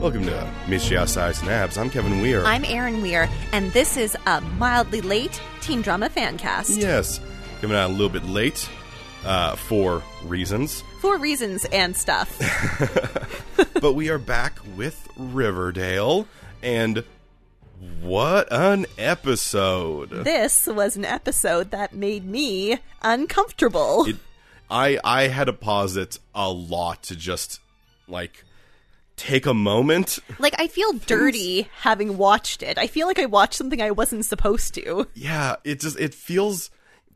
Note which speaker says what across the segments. Speaker 1: Welcome to Miss Jiao Size and Abs. I'm Kevin Weir.
Speaker 2: I'm Erin Weir, and this is a mildly late teen drama fan cast.
Speaker 1: yes, coming out a little bit late uh, for reasons,
Speaker 2: For reasons and stuff.
Speaker 1: but we are back with Riverdale, and what an episode!
Speaker 2: this was an episode that made me uncomfortable.
Speaker 1: It, I I had to pause it a lot to just like take a moment.
Speaker 2: like, I feel dirty having watched it. I feel like I watched something I wasn't supposed to.
Speaker 1: Yeah, it just it feels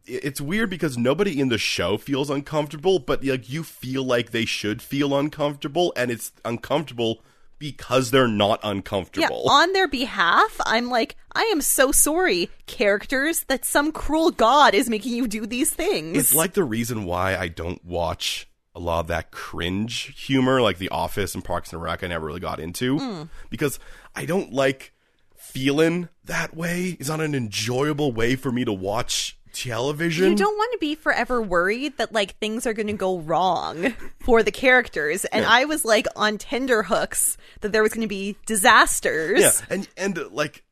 Speaker 1: it- it's weird because nobody in the show feels uncomfortable, but like you feel like they should feel uncomfortable, and it's uncomfortable because they're not
Speaker 2: Yeah,
Speaker 1: uncomfortable.
Speaker 2: on their behalf, I'm like, I am so sorry, characters, that some cruel god is making you do these things.
Speaker 1: it's like the reason why I don't watch a lot of that cringe humor, like The Office and Parks and Rec. I never really got into because I don't like feeling that way. It's not an enjoyable way for me to watch television.
Speaker 2: You don't want to be forever worried that like things are going to go wrong for the characters. And I was like on tender hooks that there was going to be disasters.
Speaker 1: Yeah, and and uh, like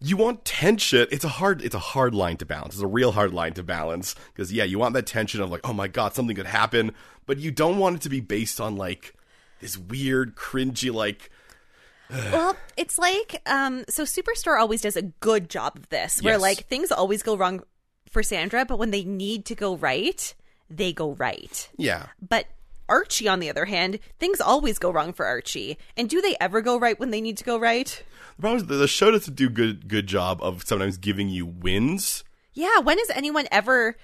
Speaker 1: you want tension. It's a hard it's a hard line to balance. It's a real hard line to balance because yeah, you want that tension of like, oh my god, something could happen, but you don't want it to be based on like this weird, cringy like
Speaker 2: Well, it's like um so Superstore always does a good job of this where
Speaker 1: Yes.
Speaker 2: like things always go wrong for Sandra, but when they need to go right, they go right.
Speaker 1: yeah.
Speaker 2: But Archie, on the other hand, things always go wrong for Archie. And do they ever go right when they need to go right?
Speaker 1: The problem is that the show doesn't do good good job of sometimes giving you wins.
Speaker 2: Yeah, when has anyone ever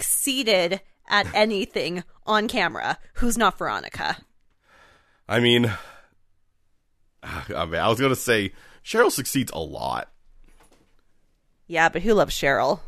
Speaker 2: succeeded at anything on camera who's not Veronica?
Speaker 1: I mean, I mean, I was gonna say Cheryl succeeds a lot.
Speaker 2: Yeah, but who loves Cheryl?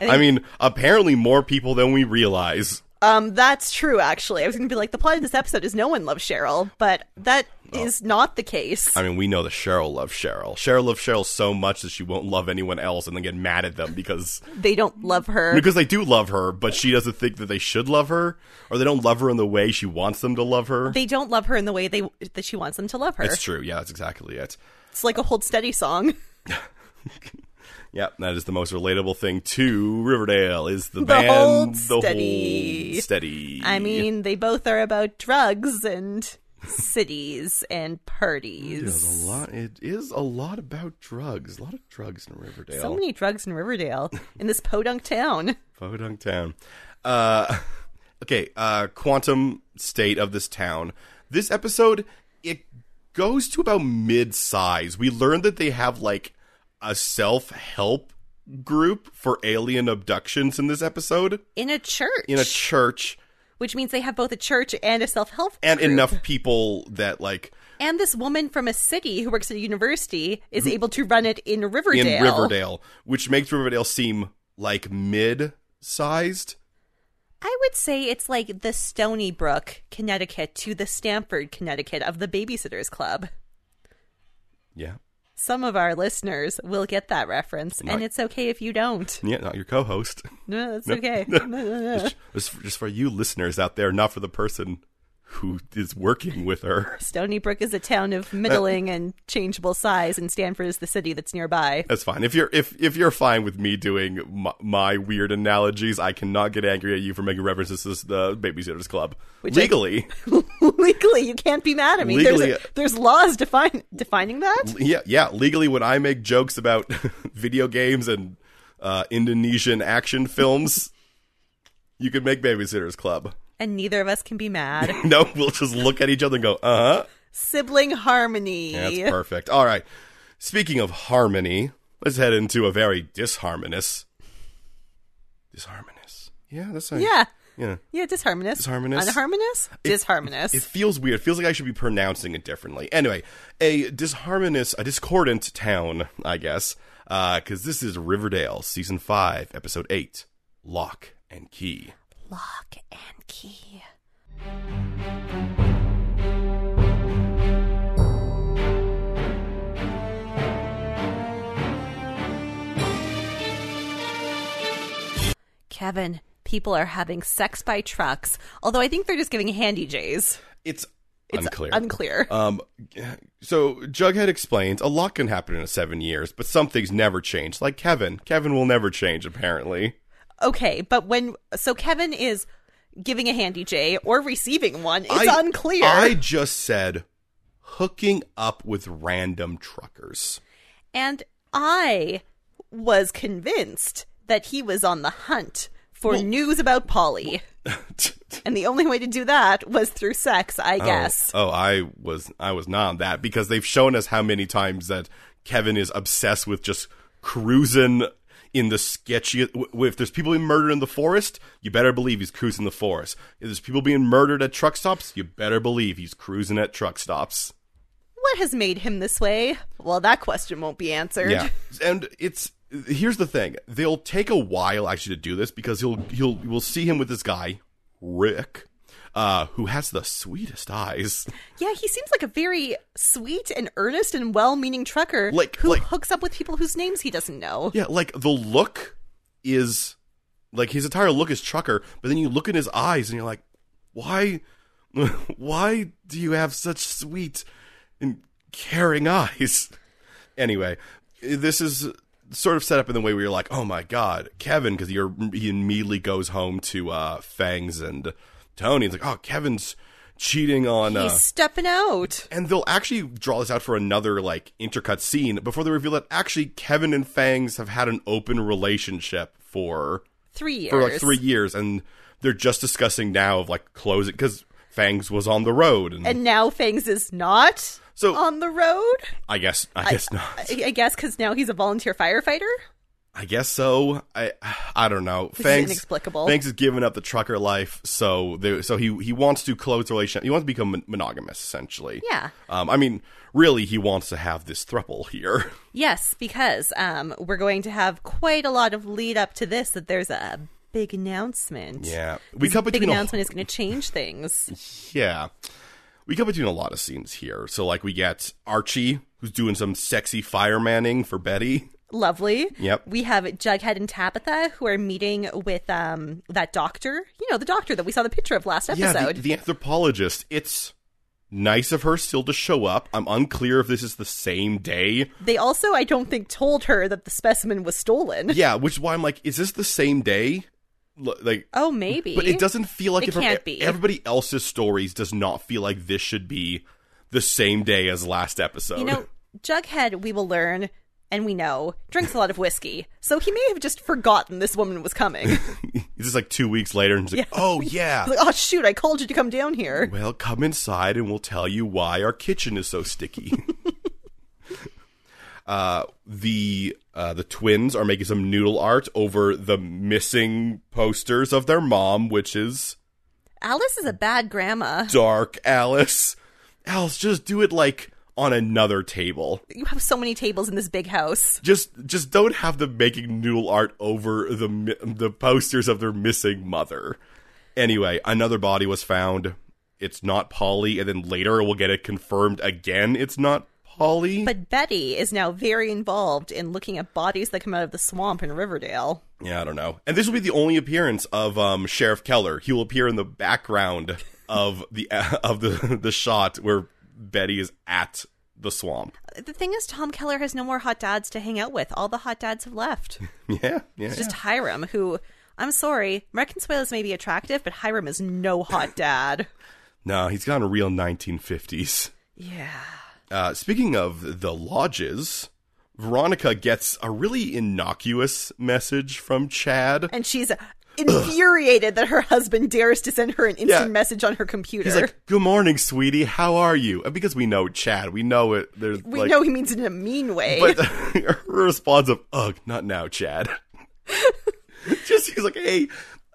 Speaker 1: I mean, apparently more people than we realize.
Speaker 2: Um, that's true, actually. I was going to be like, the plot of this episode is no one loves Cheryl, but that is not the case.
Speaker 1: I mean, we know that Cheryl loves Cheryl. Cheryl loves Cheryl so much that she won't love anyone else and then get mad at them because
Speaker 2: They don't love her.
Speaker 1: because they do love her, but she doesn't think that they should love her or they don't love her in the way she wants them to love her.
Speaker 2: They don't love her in the way they that she wants them to love her.
Speaker 1: It's true. Yeah, that's exactly it.
Speaker 2: It's like a hold steady song.
Speaker 1: Yeah, that is the most relatable thing to Riverdale is the,
Speaker 2: The
Speaker 1: band
Speaker 2: hold
Speaker 1: the
Speaker 2: steady.
Speaker 1: hold steady.
Speaker 2: I mean, they both are about drugs and cities and parties.
Speaker 1: There's a lot. It is a lot about drugs. A lot of drugs in Riverdale.
Speaker 2: So many drugs in Riverdale in this podunk town.
Speaker 1: Podunk Town. Uh, okay, uh, quantum state of this town. This episode, it goes to about mid size. We learn that they have like a self help group for alien abductions in this episode
Speaker 2: in a church,
Speaker 1: in a church
Speaker 2: which means they have both a church and a self help
Speaker 1: and enough people that like
Speaker 2: And this woman from a city who works at a university is able to run it in Riverdale.
Speaker 1: Mm-hmm. in Riverdale, which makes Riverdale seem like mid sized.
Speaker 2: I would say it's like the Stony Brook, Connecticut, to the Stamford, Connecticut of the Babysitters Club.
Speaker 1: Yeah.
Speaker 2: Some of our listeners will get that reference,
Speaker 1: Right.
Speaker 2: and it's okay if you don't.
Speaker 1: Yeah, not your co host.
Speaker 2: No, that's okay.
Speaker 1: just, just for, just for you listeners out there, not for the person who is working with her.
Speaker 2: Stony Brook is a town of middling
Speaker 1: Uh,
Speaker 2: and changeable size, and Stanford is the city that's nearby.
Speaker 1: That's fine. If you're if if you're fine with me doing my, my weird analogies, I cannot get angry at you for making references to the Babysitters Club
Speaker 2: Which I-
Speaker 1: legally.
Speaker 2: legally you can't be mad at me
Speaker 1: Legally- uh,
Speaker 2: there's, there's laws define, defining that
Speaker 1: yeah, yeah, legally. When I make jokes about video games and uh, Indonesian action films, you could make Babysitters Club.
Speaker 2: and neither of us can be mad
Speaker 1: No, we'll just look at each other and go, uh huh.
Speaker 2: sibling harmony
Speaker 1: That's perfect. All right. Speaking of harmony, let's head into a very disharmonious. Disharmonious. Yeah, that's how you-
Speaker 2: yeah
Speaker 1: Yeah.
Speaker 2: yeah disharmonious
Speaker 1: Disharmonious.
Speaker 2: unharmonious disharmonious
Speaker 1: It feels weird. It feels like I should be pronouncing it differently. Anyway, a disharmonious, a discordant town, I guess, because this is Riverdale, season five, episode eight, lock and key.
Speaker 2: lock and key kevin people are having sex by trucks although i think they're just giving handy j's
Speaker 1: It's
Speaker 2: It's
Speaker 1: Unclear.
Speaker 2: Unclear.
Speaker 1: Um, so Jughead explains a lot can happen in seven years, but some things never change. Like Kevin, Kevin will never change. Apparently,
Speaker 2: okay, but when so Kevin is giving a handy J or receiving one, it's
Speaker 1: I-
Speaker 2: unclear.
Speaker 1: I just said hooking up with random truckers.
Speaker 2: and I was convinced that he was on the hunt for news about Polly. and the only way to do that was through sex, I guess.
Speaker 1: Oh, oh, I was I was not on that because they've shown us how many times that Kevin is obsessed with just cruising in the sketchy. w- w- If there's people being murdered in the forest, you better believe he's cruising the forest. If there's people being murdered at truck stops, you better believe he's cruising at truck stops.
Speaker 2: What has made him this way? Well, that question won't be answered.
Speaker 1: Yeah, and it's here's the thing: they'll take a while actually to do this because he'll he'll we'll see him with this guy Rick, uh, who has the sweetest eyes.
Speaker 2: Yeah, he seems like a very sweet and earnest and well-meaning trucker
Speaker 1: Like-
Speaker 2: who
Speaker 1: like-
Speaker 2: hooks up with people whose names he doesn't know.
Speaker 1: Yeah, like the look is like his entire look is trucker, but then you look in his eyes and you're like, why, why do you have such sweet and caring eyes? Anyway, this is sort of set up in the way where you're like, oh my god, Kevin, because you're he immediately goes home to uh, Fangs and Tony. It's like, oh, Kevin's cheating on. uh,
Speaker 2: He's stepping out.
Speaker 1: and they'll actually draw this out for another like intercut scene before they reveal that actually Kevin and Fangs have had an open relationship for
Speaker 2: Three years.
Speaker 1: for like three years, and they're just discussing now of like closing because Fangs was on the road, and,
Speaker 2: And now Fangs is not
Speaker 1: So-
Speaker 2: on the road.
Speaker 1: I guess I, guess not,
Speaker 2: I I guess because now he's a volunteer firefighter.
Speaker 1: I guess so. I I don't know.
Speaker 2: is
Speaker 1: Fangs
Speaker 2: inexplicable.
Speaker 1: Fangs has given up the trucker life, so they, so he he wants to close the relationship. He wants to become mon- monogamous, essentially.
Speaker 2: Yeah.
Speaker 1: Um. I mean, really, he wants to have this thruple here.
Speaker 2: Yes, because um, we're going to have quite a lot of lead up to this. That there's a big announcement.
Speaker 1: Yeah. We
Speaker 2: This
Speaker 1: cut
Speaker 2: big
Speaker 1: between a
Speaker 2: announcement is going to change things.
Speaker 1: Yeah. We come between a lot of scenes here. So, like, we get Archie, who's doing some sexy firemanning for Betty.
Speaker 2: Lovely.
Speaker 1: Yep.
Speaker 2: We have Jughead and Tabitha who are meeting with um, that doctor. You know, the doctor that we saw the picture of last episode.
Speaker 1: Yeah, the, the anthropologist. It's nice of her still to show up. I'm unclear if this is the same day.
Speaker 2: They also, I don't think, told her that the specimen was stolen.
Speaker 1: Yeah, which is why I'm like, is this the same day? L- Like,
Speaker 2: Oh, maybe.
Speaker 1: but it doesn't feel like
Speaker 2: It
Speaker 1: if her-
Speaker 2: can't be.
Speaker 1: everybody else's stories does not feel like this should be the same day as last episode.
Speaker 2: You know, Jughead, we will learn, and we know, drinks a lot of whiskey. So he may have just forgotten this woman was coming. He's
Speaker 1: it's just like two weeks later, and she's like,
Speaker 2: Yeah.
Speaker 1: oh, yeah.
Speaker 2: like, oh, shoot, I called you to come down here.
Speaker 1: Well, come inside and we'll tell you why our kitchen is so sticky. uh, the uh, the twins are making some noodle art over the missing posters of their mom, which is
Speaker 2: Alice is a bad grandma.
Speaker 1: dark Alice. Alice, just do it like on another table.
Speaker 2: You have so many tables in this big house.
Speaker 1: Just just don't have them making noodle art over the mi- the posters of their missing mother. Anyway, another body was found. It's not Polly, and then later we'll get it confirmed again. It's not Polly.
Speaker 2: But Betty is now very involved in looking at bodies that come out of the swamp in Riverdale.
Speaker 1: yeah, I don't know. And this will be the only appearance of um, Sheriff Keller. He will appear in the background of the of the the shot where Betty is at the swamp.
Speaker 2: The thing is, Tom Keller has no more hot dads to hang out with. All the hot dads have left.
Speaker 1: Yeah, yeah.
Speaker 2: It's just Hiram, who, I'm sorry, Mercansuelas may be attractive, but Hiram is no hot dad.
Speaker 1: no, he's got a real 1950s.
Speaker 2: yeah.
Speaker 1: Uh, speaking of the lodges, Veronica gets a really innocuous message from Chad.
Speaker 2: and she's infuriated that her husband dares to send her an
Speaker 1: Yeah.
Speaker 2: instant message on her computer.
Speaker 1: He's like, "Good morning, sweetie. How are you?" And because we know Chad, we know it. There's
Speaker 2: we
Speaker 1: like,
Speaker 2: know he means it in a mean way.
Speaker 1: but her response of, "Ugh, not now, Chad." Just he's like, "Hey,"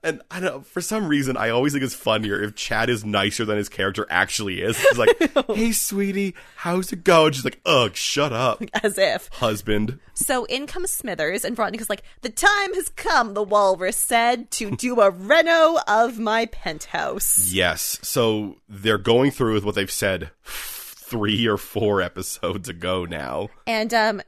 Speaker 1: and I don't. know, For some reason, I always think it's funnier if Chad is nicer than his character actually is. He's like, "Hey, sweetie, how's it going?" She's like, "Ugh, shut up,
Speaker 2: as if.
Speaker 1: husband."
Speaker 2: So in comes Smithers, and Veronica's like, The time has come, the walrus said, to do a reno of my penthouse.
Speaker 1: Yes. So they're going through with what they've said three or four episodes ago now.
Speaker 2: And, um,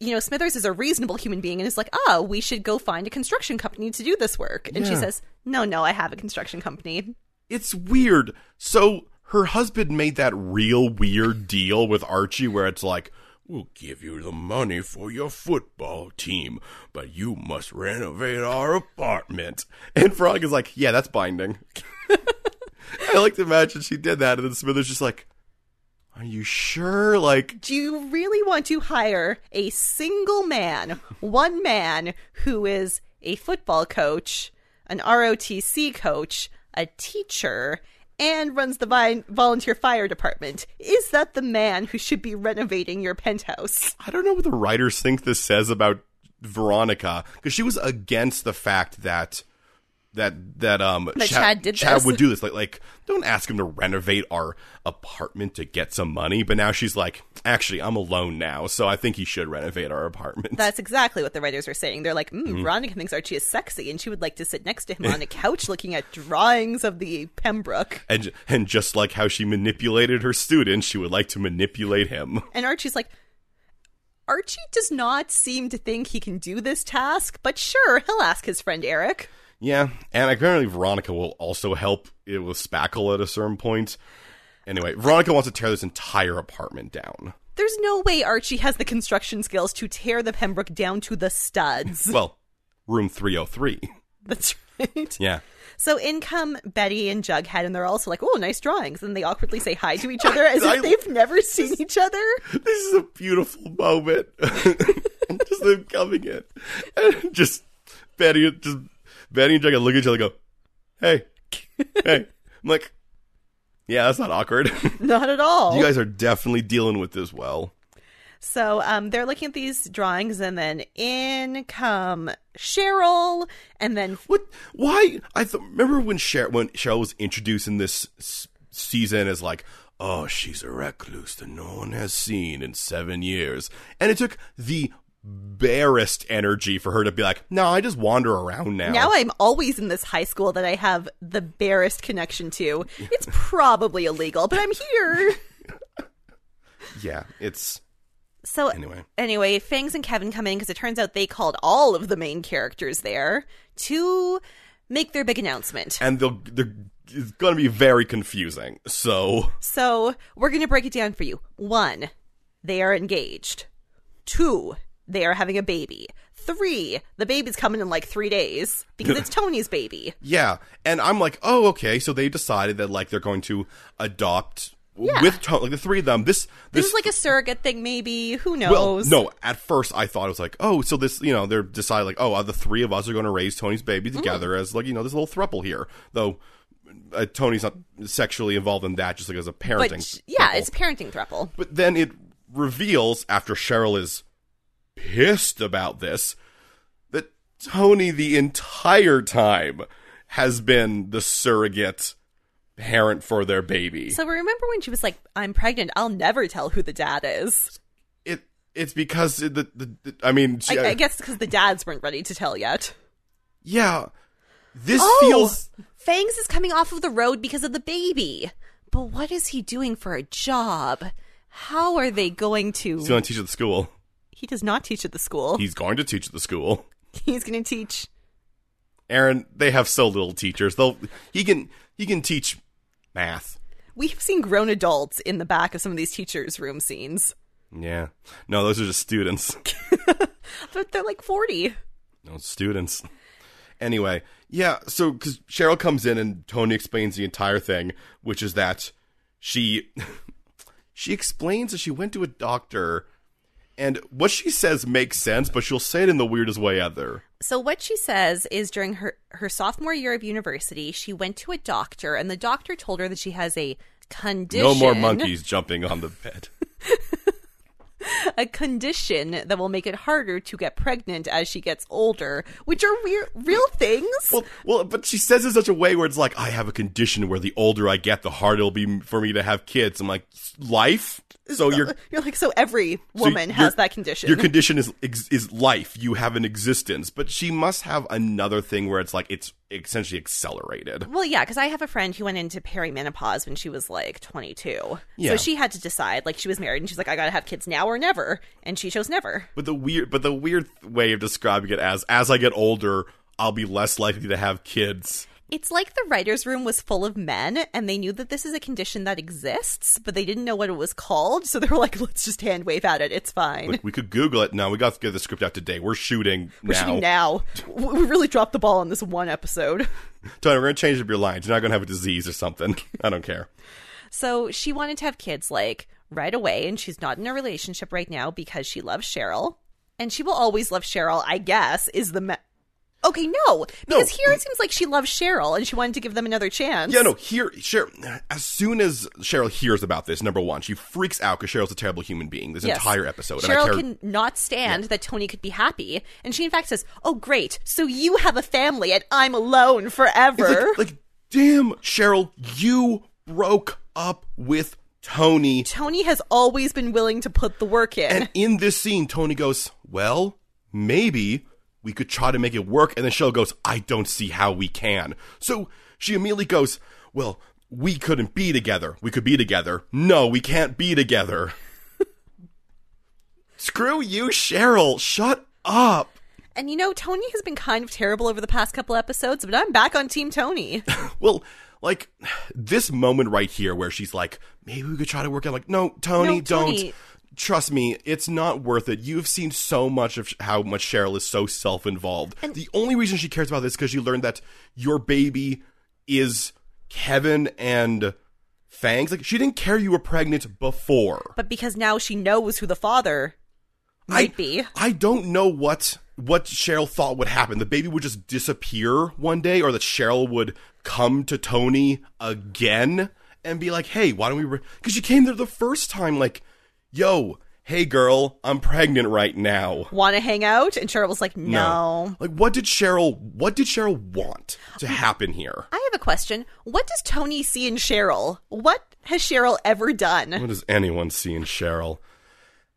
Speaker 2: you know, Smithers is a reasonable human being and is like, Oh, we should go find a construction company to do this work. And she
Speaker 1: Yeah.
Speaker 2: says, No, no, I have a construction company.
Speaker 1: It's weird. So her husband made that real weird deal with Archie where it's like, We'll give you the money for your football team, but you must renovate our apartment. And Frog is like, Yeah, that's binding. I like to imagine she did that, and then Smithers just like, Are you sure? Like,
Speaker 2: Do you really want to hire a single man, one man who is a football coach, an ROTC coach, a teacher, and runs the vi- volunteer fire department? Is that the man who should be renovating your penthouse?
Speaker 1: I don't know what the writers think this says about Veronica because she was against the fact that that that um
Speaker 2: That Chad did
Speaker 1: Chad
Speaker 2: this.
Speaker 1: would do this like like don't ask him to renovate our apartment to get some money but now she's like actually I'm alone now so I think he should renovate our apartment
Speaker 2: That's exactly what the writers were saying. They're like, mm, Veronica thinks Archie is sexy, and she would like to sit next to him on a couch looking at drawings of the Pembroke.
Speaker 1: and and just like how she manipulated her students she would like to manipulate him
Speaker 2: And Archie's like, Archie does not seem to think he can do this task, but sure, he'll ask his friend Eric.
Speaker 1: yeah and apparently Veronica will also help it with spackle at a certain point anyway Veronica wants to tear this entire apartment down.
Speaker 2: There's no way Archie has the construction skills to tear the Pembroke down to the studs.
Speaker 1: Well, room 303.
Speaker 2: That's right.
Speaker 1: Yeah.
Speaker 2: So in come Betty and Jughead, and they're also like, oh, nice drawings. And they awkwardly say hi to each other as
Speaker 1: I-
Speaker 2: if they've never seen each other.
Speaker 1: This is a beautiful moment. just them coming in. And just Betty just Betty and Jughead look at each other and go, Hey. Hey. I'm like, Yeah, that's not awkward.
Speaker 2: Not at all.
Speaker 1: you guys are definitely dealing with this well.
Speaker 2: So um, they're looking at these drawings, and then in come Cheryl, and then
Speaker 1: What? Why? I th- remember when Cheryl when Cheryl was introduced in this s- season as like, oh, she's a recluse that no one has seen in seven years, and it took the barest energy for her to be like, no, I just wander around now.
Speaker 2: now I'm always in this high school that I have the barest connection to. It's probably illegal, but I'm here.
Speaker 1: yeah, it's
Speaker 2: So
Speaker 1: Anyway.
Speaker 2: anyway, Fangs and Kevin come in because it turns out they called all of the main characters there to make their big announcement.
Speaker 1: and they'll they're it's gonna be very confusing. So
Speaker 2: So we're going to break it down for you. One, they are engaged. Two, they are having a baby. Three, the baby's coming in like three days because it's Tony's baby.
Speaker 1: yeah, and I'm like, oh, okay, so they decided that like they're going to adopt. With to- like the three of them, this
Speaker 2: This
Speaker 1: this
Speaker 2: is like a surrogate thing, maybe. Who
Speaker 1: Well,
Speaker 2: knows?
Speaker 1: no. At first, I thought it was like, oh, so this, you know, they're deciding like, oh, uh, the three of us are going to raise Tony's baby
Speaker 2: Mm-hmm.
Speaker 1: together as like, you know, this little thruple here. Though uh, Tony's not sexually involved in that, just like as a parenting.
Speaker 2: But sh- yeah,
Speaker 1: thruple.
Speaker 2: it's parenting throuple.
Speaker 1: But then it reveals after Cheryl is pissed about this that Tony the entire time has been the surrogate parent for their baby.
Speaker 2: So remember when she was like, "I'm pregnant. I'll never tell who the dad is."
Speaker 1: it it's because it- the, the, the I mean, she,
Speaker 2: I, I guess because the dads weren't ready to tell yet.
Speaker 1: yeah. This
Speaker 2: Oh,
Speaker 1: feels
Speaker 2: Fangs is coming off of the road because of the baby. But what is he doing for a job? How are they going
Speaker 1: He's
Speaker 2: to?
Speaker 1: going to teach at the school.
Speaker 2: He does not teach at the school.
Speaker 1: He's going to teach at the school.
Speaker 2: He's going to teach.
Speaker 1: Aaron, they have so little teachers. They'll he can he can teach math.
Speaker 2: We've seen grown adults in the back of some of these teachers' room scenes,
Speaker 1: Yeah. No, those are just students.
Speaker 2: but they're like forty.
Speaker 1: No students. Anyway, yeah, so cuz Cheryl comes in and Tony explains the entire thing, which is that she she explains that she went to a doctor and what she says makes sense, but she'll say it in the weirdest way ever.
Speaker 2: So what she says is during her her sophomore year of university, she went to a doctor and the doctor told her that she has a condition
Speaker 1: No more monkeys jumping on the bed.
Speaker 2: a condition that will make it harder to get pregnant as she gets older, which are weir- real things.
Speaker 1: Well, well, but she says it in such a way where it's like, I have a condition where the older I get, the harder it'll be for me to have kids. I'm like, life. So your
Speaker 2: You're like so every
Speaker 1: so
Speaker 2: woman
Speaker 1: your-
Speaker 2: has that condition.
Speaker 1: Your condition is ex- is life. You have an existence, but she must have another thing where it's like it's essentially accelerated.
Speaker 2: well, yeah, because I have a friend who went into perimenopause when she was like 22.
Speaker 1: Yeah.
Speaker 2: So she had to decide, like, she was married and she's like, I gotta have kids now or never. And she chose never.
Speaker 1: But the weird, but the weird way of describing it as as I get older, I'll be less likely to have kids.
Speaker 2: It's like the writer's room was full of men and they knew that this is a condition that exists, but they didn't know what it was called. So they were like, let's just hand wave at it. It's fine.
Speaker 1: Like, we could Google it. No, we got to get the script out today. We're shooting
Speaker 2: We're
Speaker 1: now.
Speaker 2: shooting now. W- We really dropped the ball on this one episode.
Speaker 1: Tony, we're going to change up your lines. You're not going to have a disease or something. I don't care.
Speaker 2: So she wanted to have kids like right away, and she's not in a relationship right now because she loves Cheryl. And she will always love Cheryl, I guess, is the. Me- okay, no. Because here it seems like she loves Cheryl and she wanted to give them another chance.
Speaker 1: Yeah, no, here, Cheryl, as soon as Cheryl hears about this, number one, she freaks out because Cheryl's a terrible human being this
Speaker 2: Yes.
Speaker 1: entire episode. and I
Speaker 2: Cheryl
Speaker 1: care.
Speaker 2: can not stand that Tony could be happy. And she, in fact, says, Oh, great. So you have a family and I'm alone forever.
Speaker 1: like, like, damn, Cheryl, you broke up with Tony.
Speaker 2: Tony has always been willing to put the work in.
Speaker 1: And in this scene, Tony goes, Well, maybe we could try to make it work. And then Cheryl goes, I don't see how we can. So she immediately goes, Well, we couldn't be together. We could be together. No, we can't be together. Screw you, Cheryl. Shut up.
Speaker 2: and you know, Tony has been kind of terrible over the past couple episodes, but I'm back on Team Tony.
Speaker 1: Well, like this moment right here where she's like, maybe we could try to work out. Like, no, Tony,
Speaker 2: No, Tony.
Speaker 1: don't. Trust me, it's not worth it. You've seen so much of sh- how much Cheryl is so self involved. The only reason she cares about this because she learned that your baby is Kevin and Fangs. Like, she didn't care you were pregnant before.
Speaker 2: but because now she knows who the father might
Speaker 1: I,
Speaker 2: be.
Speaker 1: I don't know what what Cheryl thought would happen. The baby would just disappear one day, or that Cheryl would come to Tony again and be like, "Hey, why don't we?" Because she came there the first time, like, "Yo, hey, girl, I'm pregnant right now."
Speaker 2: Want to hang out? And Cheryl was like, no.
Speaker 1: Like, what did Cheryl? What did Cheryl want to happen here?
Speaker 2: I have a question. What does Tony see in Cheryl? What has Cheryl ever done?
Speaker 1: What does anyone see in Cheryl?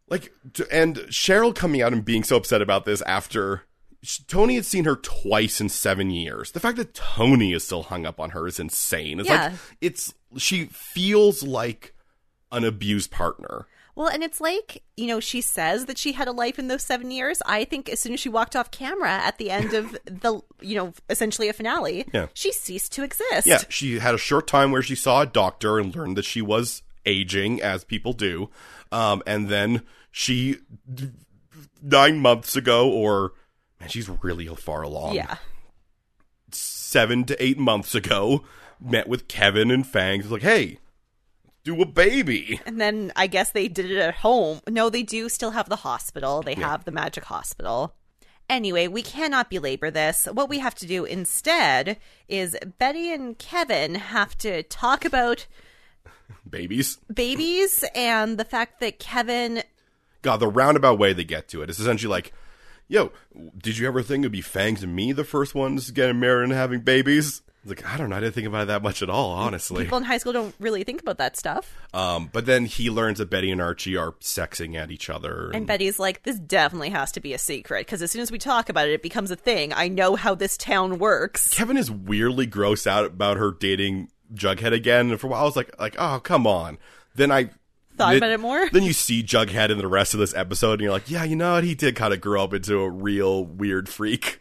Speaker 1: Like, t- and Cheryl coming out and being so upset about this after sh- Tony had seen her twice in seven years. The fact that Tony is still hung up on her is insane. It's
Speaker 2: Yeah.
Speaker 1: like, it's, she feels like an abused partner.
Speaker 2: Well, and it's like, you know, she says that she had a life in those seven years. I think as soon as she walked off camera at the end of the, you know, essentially a finale,
Speaker 1: Yeah.
Speaker 2: she ceased to exist.
Speaker 1: Yeah, she had a short time where she saw a doctor and learned that she was aging, as people do. Um, and then she, d- nine months ago, or man, she's really far along.
Speaker 2: Yeah.
Speaker 1: seven to eight months ago, met with Kevin and Fangs. It's like, hey, do a baby.
Speaker 2: And then I guess they did it at home. No, they do still have the hospital. They have the magic hospital. Anyway, we cannot belabor this. What we have to do instead is Betty and Kevin have to talk about
Speaker 1: Babies.
Speaker 2: babies and the fact that Kevin
Speaker 1: God, the roundabout way they get to it. It's essentially like, yo, did you ever think it'd be Fangs and me the first ones getting married and having babies? It's like, I don't know. I didn't think about it that much at all, honestly.
Speaker 2: people in high school don't really think about that stuff.
Speaker 1: Um, but then he learns that Betty and Archie are sexing at each other.
Speaker 2: And Betty's like, this definitely has to be a secret because as soon as we talk about it, it becomes a thing. I know how this town works.
Speaker 1: Kevin is weirdly gross out about her dating Jughead again. And for a while, I was like, like, oh, come on. Then I
Speaker 2: Thought
Speaker 1: then-
Speaker 2: about it more?
Speaker 1: Then you see Jughead in the rest of this episode, and you're like, yeah, you know what? He did kind of grow up into a real weird freak.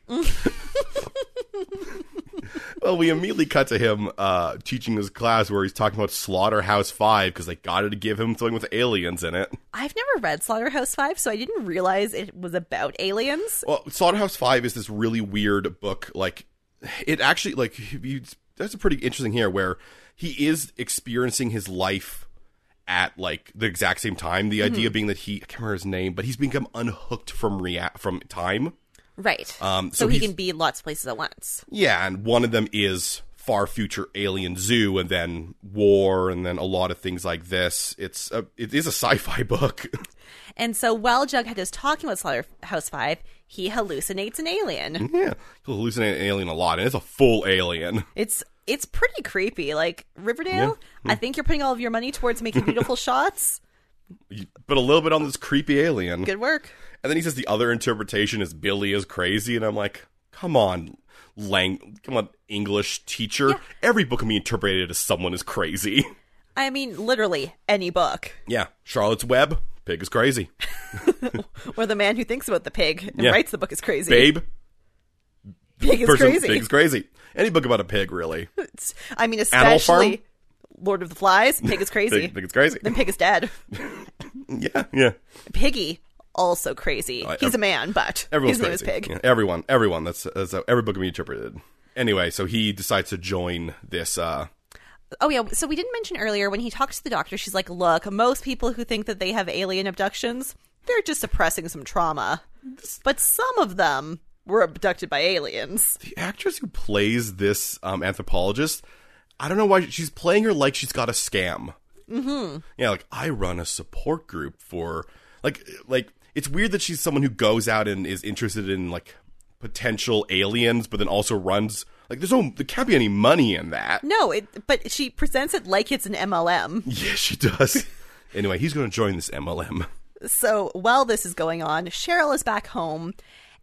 Speaker 1: well, we immediately cut to him uh, teaching his class where he's talking about Slaughterhouse Five because they got to give him something with aliens in it.
Speaker 2: I've never read Slaughterhouse Five, so I didn't realize it was about aliens.
Speaker 1: Well, Slaughterhouse Five is this really weird book. Like, it actually like you, that's a pretty interesting here where he is experiencing his life at like the exact same time. The
Speaker 2: Mm-hmm.
Speaker 1: idea being that he I can't remember his name, but he's become unhooked from rea- from time.
Speaker 2: Right.
Speaker 1: Um,
Speaker 2: so
Speaker 1: so
Speaker 2: he
Speaker 1: he's-
Speaker 2: can be lots of places at once.
Speaker 1: Yeah, and one of them is far future alien zoo, and then war, and then a lot of things like this. It's a it is a sci-fi book.
Speaker 2: And so while Jughead is talking with Slaughterhouse Five, he hallucinates an alien.
Speaker 1: yeah, he'll hallucinate an alien a lot, and it's a full alien.
Speaker 2: It's it's pretty creepy. Like Riverdale,
Speaker 1: hmm.
Speaker 2: I think you're putting all of your money towards making beautiful shots.
Speaker 1: But a little bit on this creepy alien.
Speaker 2: Good work.
Speaker 1: And then he says the other interpretation is Billy is crazy, and I'm like, come on, Lang, come on, English teacher. Every book can be interpreted as someone is crazy.
Speaker 2: I mean, literally any book.
Speaker 1: yeah, Charlotte's Web, pig is crazy.
Speaker 2: Or the man who thinks about the pig and
Speaker 1: Yeah.
Speaker 2: writes the book is crazy.
Speaker 1: Babe,
Speaker 2: Pig is
Speaker 1: person,
Speaker 2: crazy.
Speaker 1: Pig's crazy. Any book about a pig, really.
Speaker 2: It's- I mean,
Speaker 1: Animal Farm?
Speaker 2: especially Lord of the Flies. Pig is crazy.
Speaker 1: Pig, pig is crazy.
Speaker 2: then pig is dead.
Speaker 1: Yeah, yeah.
Speaker 2: Piggy also crazy.
Speaker 1: Oh, I-
Speaker 2: He's a man, but
Speaker 1: Everyone's
Speaker 2: his name
Speaker 1: crazy.
Speaker 2: is Pig.
Speaker 1: Yeah, everyone, everyone. That's, that's how every book can be interpreted. Anyway, so he decides to join this. uh
Speaker 2: Oh yeah. So we didn't mention earlier when he talked to the doctor. She's like, "Look, most people who think that they have alien abductions, they're just suppressing some trauma. But some of them were abducted by aliens.
Speaker 1: The actress who plays this um anthropologist, I don't know why she's playing her like she's got a scam. Mm-hmm. Yeah, like I run a support group for like like it's weird that she's someone who goes out and is interested in like potential aliens, but then also runs like there's no there can't be any money in that.
Speaker 2: No, it, but she presents it like it's an MLM.
Speaker 1: Yeah, she does. anyway, he's going to join this MLM.
Speaker 2: So while this is going on, Cheryl is back home."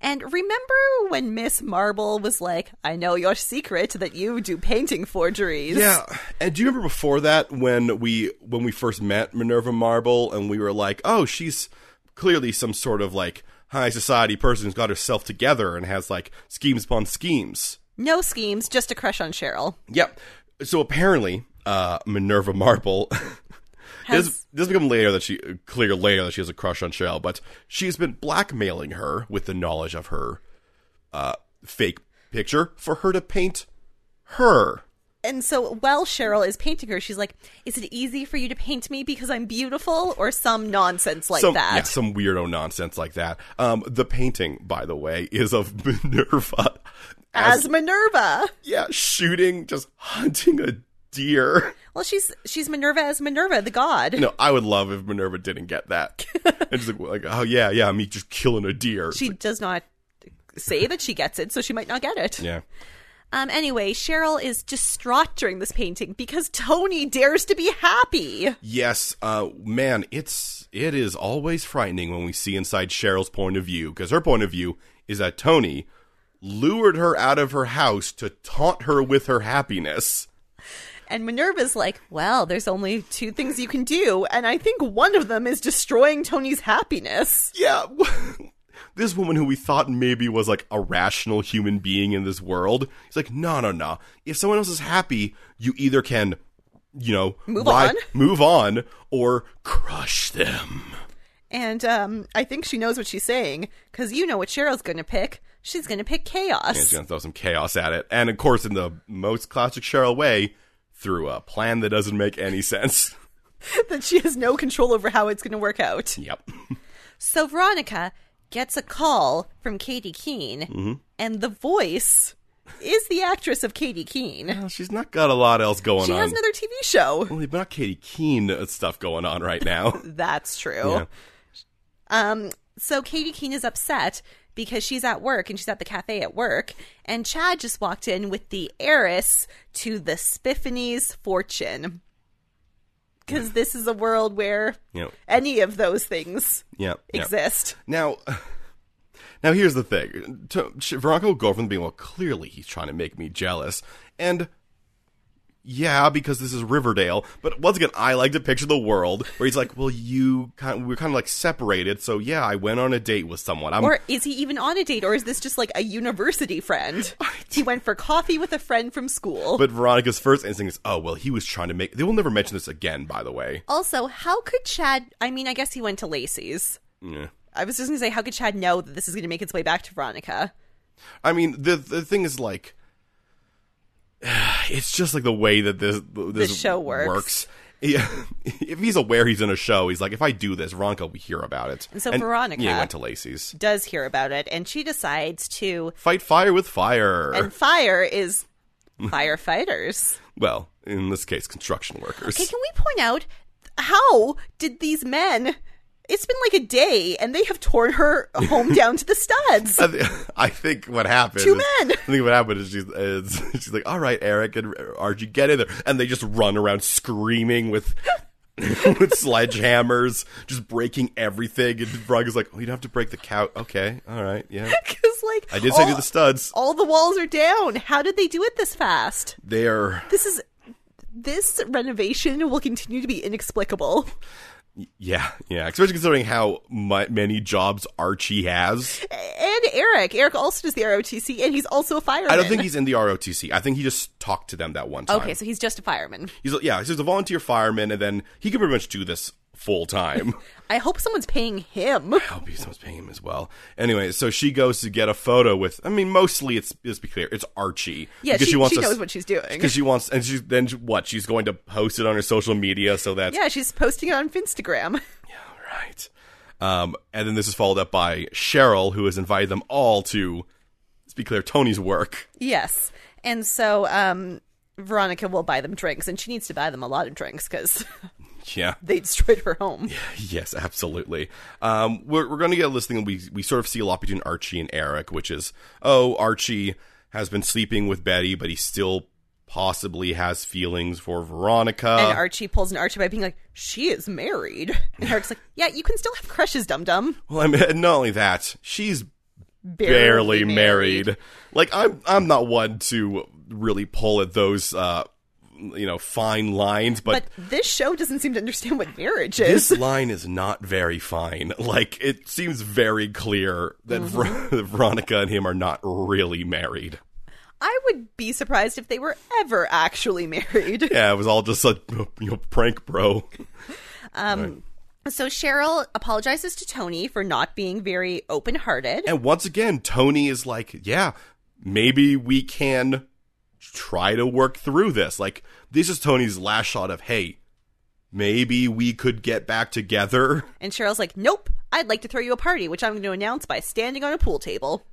Speaker 2: And remember when Miss Marble was like, I know your secret that you do painting forgeries.
Speaker 1: Yeah, and do you remember before that when we when we first met Minerva Marble and we were like, oh, she's clearly some sort of like high society person who's got herself together and has like schemes upon schemes.
Speaker 2: No schemes, just a crush on Cheryl.
Speaker 1: Yep. So apparently, uh, Minerva Marble.
Speaker 2: Has-
Speaker 1: This, this become later that she clear later that she has a crush on Cheryl, but she's been blackmailing her with the knowledge of her uh, fake picture for her to paint her.
Speaker 2: And so while Cheryl is painting her, she's like, Is it easy for you to paint me because I'm beautiful? Or some nonsense like
Speaker 1: some,
Speaker 2: that.
Speaker 1: Yeah, some weirdo nonsense like that. Um, the painting, by the way, is of Minerva as,
Speaker 2: As Minerva.
Speaker 1: yeah, shooting, just hunting a deer.
Speaker 2: Well, she's she's Minerva as Minerva, the god.
Speaker 1: You know, I would love if Minerva didn't get that. and she's like, like, oh yeah, yeah, me just killing a deer.
Speaker 2: She does not say that she gets it, so she might not get it.
Speaker 1: yeah.
Speaker 2: Um anyway, Cheryl is distraught during this painting because Tony dares to be happy.
Speaker 1: Yes, uh, man, it's it is always frightening when we see inside Cheryl's point of view because her point of view is that Tony lured her out of her house to taunt her with her happiness.
Speaker 2: And Minerva's like, Well, there's only two things you can do, and I think one of them is destroying Tony's happiness.
Speaker 1: yeah this woman who we thought maybe was like a rational human being in this world he's like no no no if someone else is happy you either can you know
Speaker 2: Move on.
Speaker 1: move on or crush them
Speaker 2: And um, I think she knows what she's saying because you know what Cheryl's going to pick. She's going to pick
Speaker 1: and she's
Speaker 2: chaos.
Speaker 1: gonna throw some chaos at it and of course in the most classic cheryl way through a plan that doesn't make any sense
Speaker 2: that she has no control over how it's going to work out.
Speaker 1: yep
Speaker 2: So Veronica gets a call from Katie Keene, and the voice is the actress of Katie Keene.
Speaker 1: Well, she's not got a lot else going
Speaker 2: She
Speaker 1: on
Speaker 2: has another TV show.
Speaker 1: Only not katie keene uh, stuff going on right now
Speaker 2: That's true.
Speaker 1: Yeah.
Speaker 2: Um, so Katie Keene is upset because she's at work and she's at the cafe at work, and Chad just walked in with the heiress to the Spiffany's fortune. Because this is a world where
Speaker 1: you know
Speaker 2: any of those things
Speaker 1: yeah yeah.
Speaker 2: exist.
Speaker 1: Now, now here's the thing: to, Veronica will go from being, "Well, clearly he's trying to make me jealous," and yeah, because this is Riverdale. But once again, I like to picture the world where he's like, "Well, you kind we're kind of like separated, so yeah, I went on a date with someone." I'm
Speaker 2: Or is he even on a date, or is this just like a university friend? He went for coffee with a friend from school.
Speaker 1: but Veronica's first instinct is, "Oh, well, he was trying to make." They will never mention this again, by the way.
Speaker 2: also, how could Chad? I mean, I guess he went to Lacey's.
Speaker 1: Yeah.
Speaker 2: I was just going to say, how could Chad know that this is going to make its way back to Veronica?
Speaker 1: I mean, the the thing is like, it's just like the way that this this
Speaker 2: show works.
Speaker 1: Yeah, if he's aware he's in a show, he's like, if I do this, Veronica will hear about it.
Speaker 2: And so Veronica-
Speaker 1: yeah, went to Lacey's.
Speaker 2: does hear about it and she decides to
Speaker 1: Fight fire with fire.
Speaker 2: and fire is firefighters
Speaker 1: well, in this case, construction workers.
Speaker 2: okay can we point out how did these men it's been like a day and they have torn her home down to the studs
Speaker 1: I, thi- I think what happened.
Speaker 2: Two
Speaker 1: is-
Speaker 2: men.
Speaker 1: I think what happened is she's, is she's like, "All right, Eric and RG, get in there," and they just run around screaming with with sledgehammers, just breaking everything. And Frog is like, "Oh, you don't have to break the couch." Okay, all right, yeah.
Speaker 2: because like
Speaker 1: I did
Speaker 2: all,
Speaker 1: say do the studs.
Speaker 2: all the walls are down how did they do it this fast
Speaker 1: They're
Speaker 2: this is this renovation will continue to be inexplicable
Speaker 1: Yeah, yeah. Especially considering how mu many jobs Archie has.
Speaker 2: And Eric. Eric also does the ROTC, and he's also a fireman.
Speaker 1: I don't think he's in the ROTC. I think he just talked to them that one time.
Speaker 2: Okay, so he's just a fireman.
Speaker 1: He's a- yeah, he's just a volunteer fireman, and then he could pretty much do this full time.
Speaker 2: I hope someone's paying him.
Speaker 1: I hope someone's paying him as well. Anyway, so she goes to get a photo with. I mean, mostly it's let's be clear, it's Archie.
Speaker 2: Yeah, she, she
Speaker 1: to-
Speaker 2: knows what she's doing.
Speaker 1: because she wants, and she's then what? She's going to post it on her social media, so that's
Speaker 2: Yeah, she's posting it on Instagram.
Speaker 1: Right. Um, and then this is followed up by Cheryl, who has invited them all to, let's be clear, Tony's work.
Speaker 2: yes. And so um, Veronica will buy them drinks, and she needs to buy them a lot of drinks because
Speaker 1: Yeah.
Speaker 2: they destroyed her home.
Speaker 1: Yes, absolutely. Um, we're we're going to get a listing, and we, we sort of see a lot between Archie and Eric, which is, oh, Archie has been sleeping with Betty, but he still possibly has feelings for Veronica.
Speaker 2: And Archie pulls an Archie by being like, she is married. And Eric's like, yeah, you can still have crushes, dum dum.
Speaker 1: well, I mean, and not only that, she's barely married. Like I'm I'm not one to really pull at those uh you know fine lines, but,
Speaker 2: But this show doesn't seem to understand what marriage is.
Speaker 1: this line is not very fine. Like it seems very clear that Ver- Veronica and him are not really married.
Speaker 2: I would be surprised if they were ever actually married.
Speaker 1: Yeah, it was all just a you know prank, bro.
Speaker 2: So Cheryl apologizes to Tony for not being very open hearted.
Speaker 1: And once again, Tony is like, yeah, maybe we can try to work through this. Like, this is Tony's last shot of, hey, maybe we could get back together.
Speaker 2: And Cheryl's like, nope, I'd like to throw you a party, which I'm going to announce by standing on a pool table.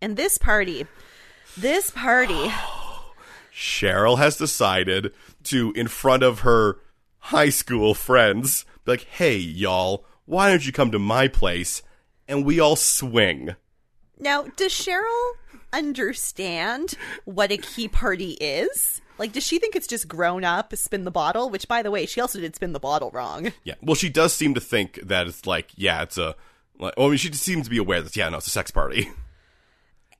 Speaker 2: And this party, this party,
Speaker 1: Cheryl has decided to, in front of her high school friends, be like, hey, y'all, why don't you come to my place and we all swing?
Speaker 2: Now, does Cheryl understand what a key party is? Like, does she think it's just grown up spin the bottle? Which, by the way, she also did spin the bottle wrong.
Speaker 1: Yeah. Well, she does seem to think that it's like, yeah, it's a. Like, well, I mean, she seems to be aware that, yeah, no, it's a sex party.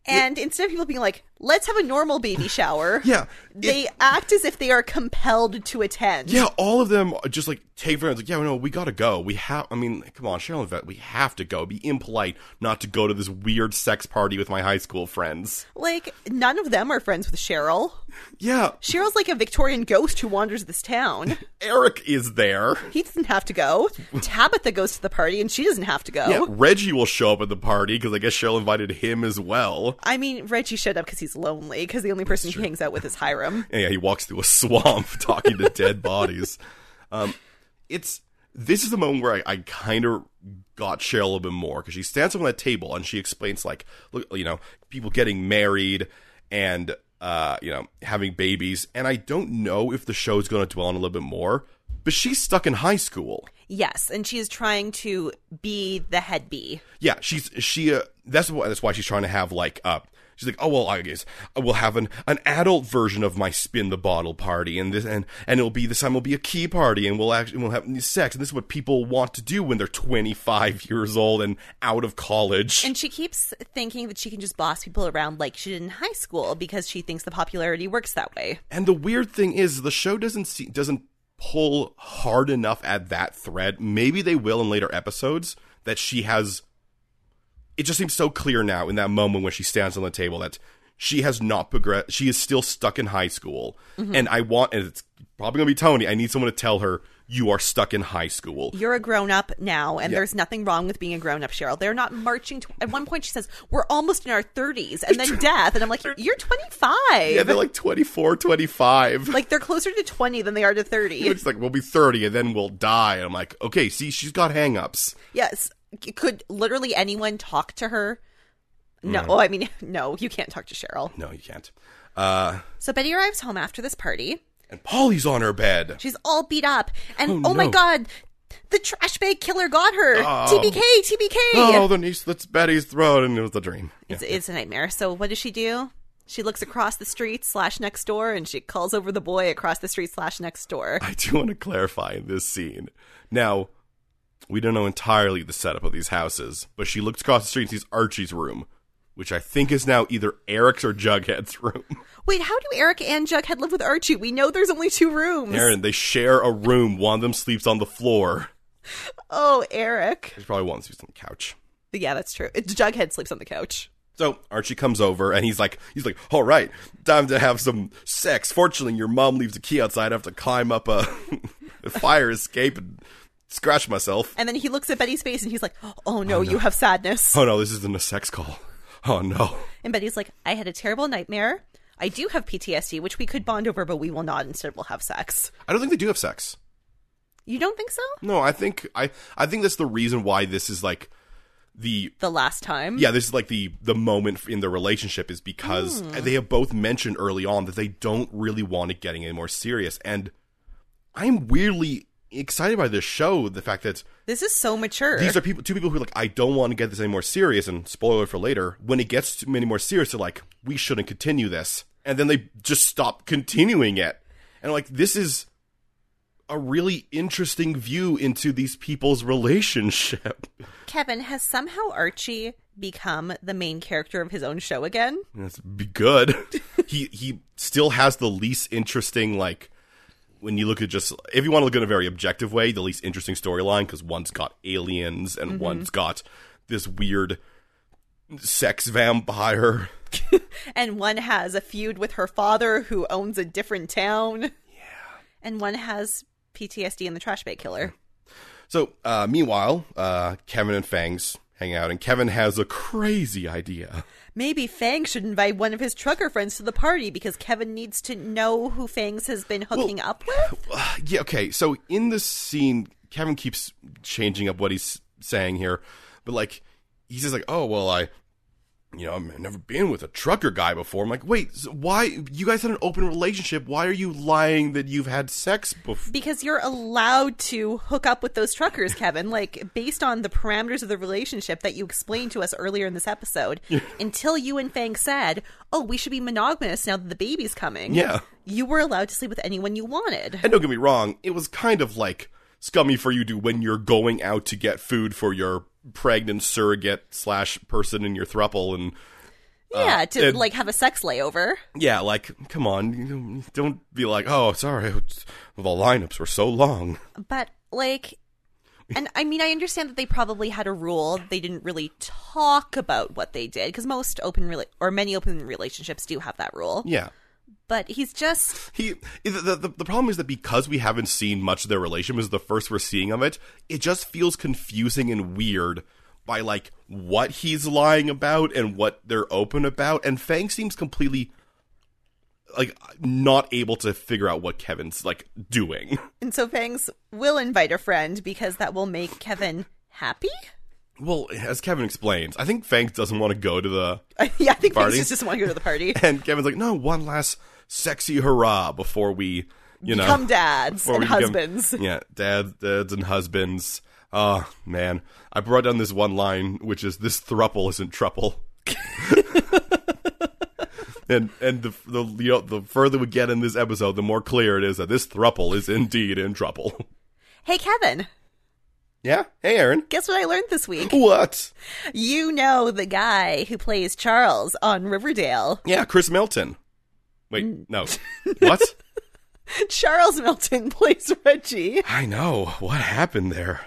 Speaker 2: And instead of people being like, let's have a normal baby shower,
Speaker 1: Yeah.
Speaker 2: they act as if they are compelled to attend.
Speaker 1: Yeah, all of them are just like take for like, yeah, no, we gotta go. We have, I mean, come on, Cheryl and Vet, we have to go. It'd be impolite not to go to this weird sex party with my high school friends.
Speaker 2: Like, none of them are friends with Cheryl.
Speaker 1: Yeah,
Speaker 2: Cheryl's like a Victorian ghost who wanders this town.
Speaker 1: Eric is there.
Speaker 2: He doesn't have to go. Tabitha goes to the party and she doesn't have to go.
Speaker 1: Yeah, Reggie will show up at the party because I guess Cheryl invited him as well.
Speaker 2: I mean, Reggie showed up because he's lonely, because the only person he hangs out with is Hiram.
Speaker 1: And yeah, he walks through a swamp talking to dead bodies. Um, it's this is the moment where I, I kind of got Cheryl a little bit more because she stands up on that table and she explains like, look, you know, people getting married and uh, you know, having babies. And I don't know if the show's going to dwell on it a little bit more, but she's stuck in high school.
Speaker 2: Yes, and she is trying to be the head bee.
Speaker 1: Yeah, she's she. Uh, that's why that's why she's trying to have like uh She's like, oh well, I guess I will have an an adult version of my spin the bottle party, and this and and it'll be this time will be a key party, and we'll actually we'll have sex, and this is what people want to do when they're twenty five years old and out of college.
Speaker 2: And she keeps thinking that she can just boss people around like she did in high school because she thinks the popularity works that way.
Speaker 1: And the weird thing is, the show doesn't see, doesn't pull hard enough at that thread. Maybe they will in later episodes. That she has. It just seems so clear now in that moment when she stands on the table that she has not progressed. She is still stuck in high school, and I want. And it's probably gonna be Tony. I need someone to tell her you are stuck in high school.
Speaker 2: You're a grown up now, and there's nothing wrong with being a grown up, Cheryl. They're not marching to. At one point, she says, We're almost in our 30s, and then death. And I'm like, You're 25.
Speaker 1: Yeah, they're like 24, 25.
Speaker 2: like, they're closer to 20 than they are to 30.
Speaker 1: it's like we'll be thirty and then we'll die. And I'm like, okay, see, she's got hangups.
Speaker 2: Yes. C- Could literally anyone talk to her? No.
Speaker 1: Mm.
Speaker 2: Oh, I mean, no, you can't talk to Cheryl.
Speaker 1: No, you can't. Uh,
Speaker 2: So Betty arrives home after this party.
Speaker 1: and Polly's on her bed.
Speaker 2: She's all beat up. And oh,
Speaker 1: Oh,
Speaker 2: my
Speaker 1: no.
Speaker 2: god, the trash bag killer got her. TBK, TBK.
Speaker 1: Oh, the niece that's Betty's throat, and it was the dream. Yeah.
Speaker 2: It's, it's a nightmare. So what does she do? She looks across the street slash next door and she calls over the boy across the street slash next door.
Speaker 1: I do want to clarify this scene. Now, we don't know entirely the setup of these houses, but she looks across the street and sees Archie's room, which I think is now either Eric's or Jughead's room.
Speaker 2: Wait, how do Eric and Jughead live with Archie? We know there's only two rooms.
Speaker 1: Aaron, they share a room. One of them sleeps on the floor.
Speaker 2: Oh, Eric.
Speaker 1: She probably won't sleep on the couch.
Speaker 2: Yeah, that's true. It- Jughead sleeps on the couch.
Speaker 1: So Archie comes over and he's like, he's like, all right, time to have some sex. Fortunately, your mom leaves the key outside. I have to climb up a, a fire escape and scratch myself.
Speaker 2: And then he looks at Betty's face and he's like, "Oh no, you have sadness."
Speaker 1: Oh no, this isn't a sex call. Oh no.
Speaker 2: And Betty's like, "I had a terrible nightmare. I do have PTSD, which we could bond over, but we will not. Instead, we'll have sex."
Speaker 1: I don't think they do have sex.
Speaker 2: You don't think so?
Speaker 1: No, I think I I think that's the reason why this is like the
Speaker 2: The last time.
Speaker 1: yeah, this is like the the moment in their relationship is because they have both mentioned early on that they don't really want it getting any more serious and I'm weirdly excited by this show, the fact that
Speaker 2: This is so mature.
Speaker 1: these are people two people who are like I don't want to get this any more serious and spoiler for later when it gets too many more serious they're like we shouldn't continue this and then they just stop continuing it and I'm like this is a really interesting view into these people's relationship
Speaker 2: Kevin has somehow Archie become the main character of his own show again.
Speaker 1: That's be good. he he still has the least interesting like when you look at just if you want to look in a very objective way, the least interesting storyline because one's got aliens and one's got this weird sex vampire.
Speaker 2: And one has a feud with her father who owns a different town. Yeah. And one has PTSD and the trash bag killer.
Speaker 1: So uh, meanwhile, uh, Kevin and Fangs hang out, and Kevin has a crazy idea.
Speaker 2: Maybe Fangs should invite one of his trucker friends to the party because Kevin needs to know who Fangs has been hooking up with.
Speaker 1: yeah, okay. So in this scene, Kevin keeps changing up what he's saying here, but like he says, like, "Oh well, I, you know, I've never been with a trucker guy before." I'm like, "Wait, so why? You guys had an open relationship. Why are you lying that you've had sex before?"
Speaker 2: Because you're allowed to hook up with those truckers, Kevin. Like, based on the parameters of the relationship that you explained to us earlier in this episode, until you and Fang said, Oh, we should be monogamous now that the baby's coming.
Speaker 1: Yeah,
Speaker 2: You were allowed to sleep with anyone you wanted.
Speaker 1: and don't get me wrong, it was kind of like scummy for you to when you're going out to get food for your pregnant surrogate slash person in your thruple and
Speaker 2: yeah, to
Speaker 1: Uh, and-
Speaker 2: like have a sex layover.
Speaker 1: Yeah, like, come on, you know, don't be like, oh, sorry, it's- the lineups were so long.
Speaker 2: But like and I mean I understand that they probably had a rule they didn't really talk about what they did cuz most open rela- or many open relationships do have that rule.
Speaker 1: Yeah,
Speaker 2: But he's just
Speaker 1: he. The, the the problem is that because we haven't seen much of their relation, this is the first we're seeing of it. It just feels confusing and weird by like what he's lying about and what they're open about. And Fang seems completely like not able to figure out what Kevin's like doing.
Speaker 2: and so Fangs will invite a friend because that will make Kevin happy.
Speaker 1: Well, as Kevin explains, I think Fang doesn't want to go to the
Speaker 2: yeah, I think
Speaker 1: Party?
Speaker 2: Fangs just doesn't want to go to the party.
Speaker 1: And Kevin's like, no, one last sexy hurrah before we, you know,
Speaker 2: Become dads
Speaker 1: before
Speaker 2: and
Speaker 1: we become-
Speaker 2: husbands.
Speaker 1: yeah, dads, dads and husbands. Oh man, I brought down this one line, which is this thruple isn't trouble. and and the the you know, the further we get in this episode, the more clear it is that this thruple is indeed in trouble.
Speaker 2: Hey Kevin,
Speaker 1: yeah. Hey, Aaron.
Speaker 2: guess what I learned this week?
Speaker 1: What?
Speaker 2: You know the guy who plays Charles on Riverdale.
Speaker 1: Yeah, Chris Melton.
Speaker 2: Mm.
Speaker 1: Wait, no. what?
Speaker 2: Charles Milton plays Reggie.
Speaker 1: I know. What happened there?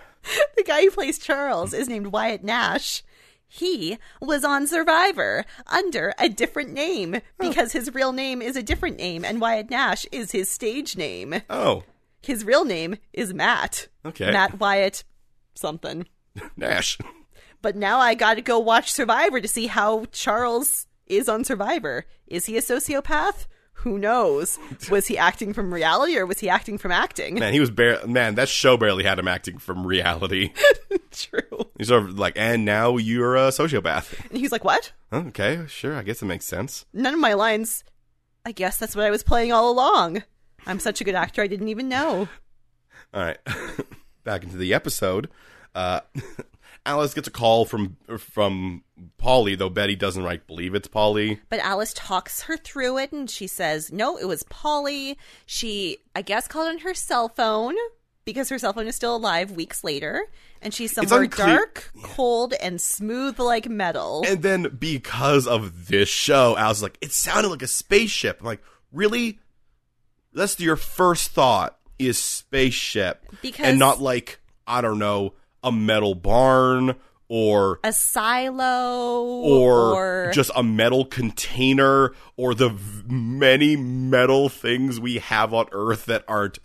Speaker 2: The guy who plays Charles is named Wyatt Nash. He was on Survivor under a different name because his real name is a different name and Wyatt Nash is his stage name.
Speaker 1: Oh,
Speaker 2: His real name is Matt.
Speaker 1: Okay.
Speaker 2: Matt Wyatt something.
Speaker 1: Nash.
Speaker 2: But now I got to go watch Survivor to see how Charles is on Survivor. Is he a sociopath? Who knows? Was he acting from reality or was he acting from acting?
Speaker 1: Man, he was bare. Man, that show barely had him acting from reality.
Speaker 2: True.
Speaker 1: He's sort of like, and now you're a sociopath.
Speaker 2: And he's like, "What?"
Speaker 1: Huh, okay, sure. I guess it makes sense.
Speaker 2: none of my lines. I guess that's what I was playing all along. I'm such a good actor, I didn't even know.
Speaker 1: All right, back into the episode. Uh, Alice gets a call from from Polly, though Betty doesn't like believe it's Polly.
Speaker 2: But Alice talks her through it and she says, no, it was Polly. She, I guess, called on her cell phone because her cell phone is still alive weeks later. And she's somewhere
Speaker 1: unclear-
Speaker 2: dark, cold, and smooth like metal.
Speaker 1: And then because of this show, Alice is like, it sounded like a spaceship. I'm like, really? That's your first thought is spaceship,
Speaker 2: Because-
Speaker 1: and not like I don't know, a metal barn or
Speaker 2: a silo
Speaker 1: or, just a metal container or the v- many metal things we have on Earth that aren't.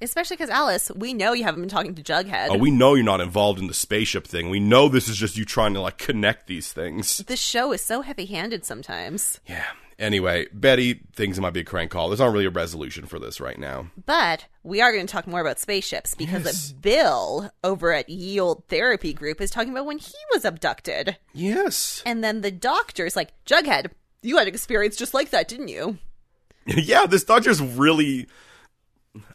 Speaker 2: especially because Alice, we know you haven't been talking to Jughead.
Speaker 1: Oh, we know you're not involved in the spaceship thing. We know this is just you trying to like connect these things.
Speaker 2: this show is so heavy-handed sometimes.
Speaker 1: Yeah. Anyway, Betty thinks it might be a crank call. There's not really a resolution for this right now.
Speaker 2: But we are going to talk more about spaceships because Bill over at Ye Old Therapy Group is talking about when he was abducted.
Speaker 1: Yes.
Speaker 2: And then the doctor's like, Jughead, you had an experience just like that, didn't you?
Speaker 1: yeah, this doctor's really.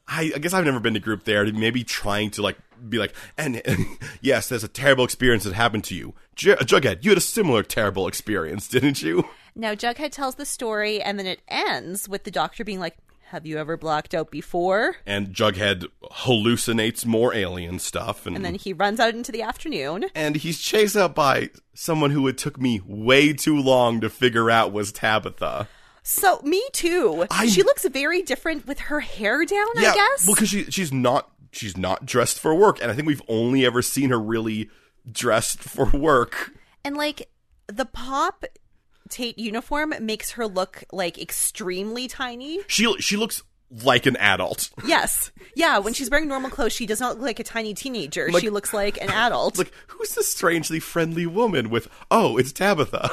Speaker 1: I, I guess I've never been to group therapy. Maybe trying to like be like, and yes, there's a terrible experience that happened to you, J- uh, Jughead. You had a similar terrible experience, didn't you?
Speaker 2: Now, Jughead tells the story, and then it ends with the doctor being like, Have you ever blacked out before?
Speaker 1: And Jughead hallucinates more alien stuff, and
Speaker 2: And then he runs out into the afternoon.
Speaker 1: and he's chased up by someone who it took me way too long to figure out was Tabitha.
Speaker 2: So, me too.
Speaker 1: I-
Speaker 2: She looks very different with her hair down, I guess.
Speaker 1: because she she's not she's not dressed for work, and I think we've only ever seen her really dressed for work.
Speaker 2: and like the pop Tate uniform makes her look like extremely tiny.
Speaker 1: She she looks like an adult.
Speaker 2: Yes. Yeah, when she's wearing normal clothes, she does not look like a tiny teenager.
Speaker 1: Like-
Speaker 2: she looks like an adult.
Speaker 1: It's like who's this strangely friendly woman with? Oh, it's Tabitha.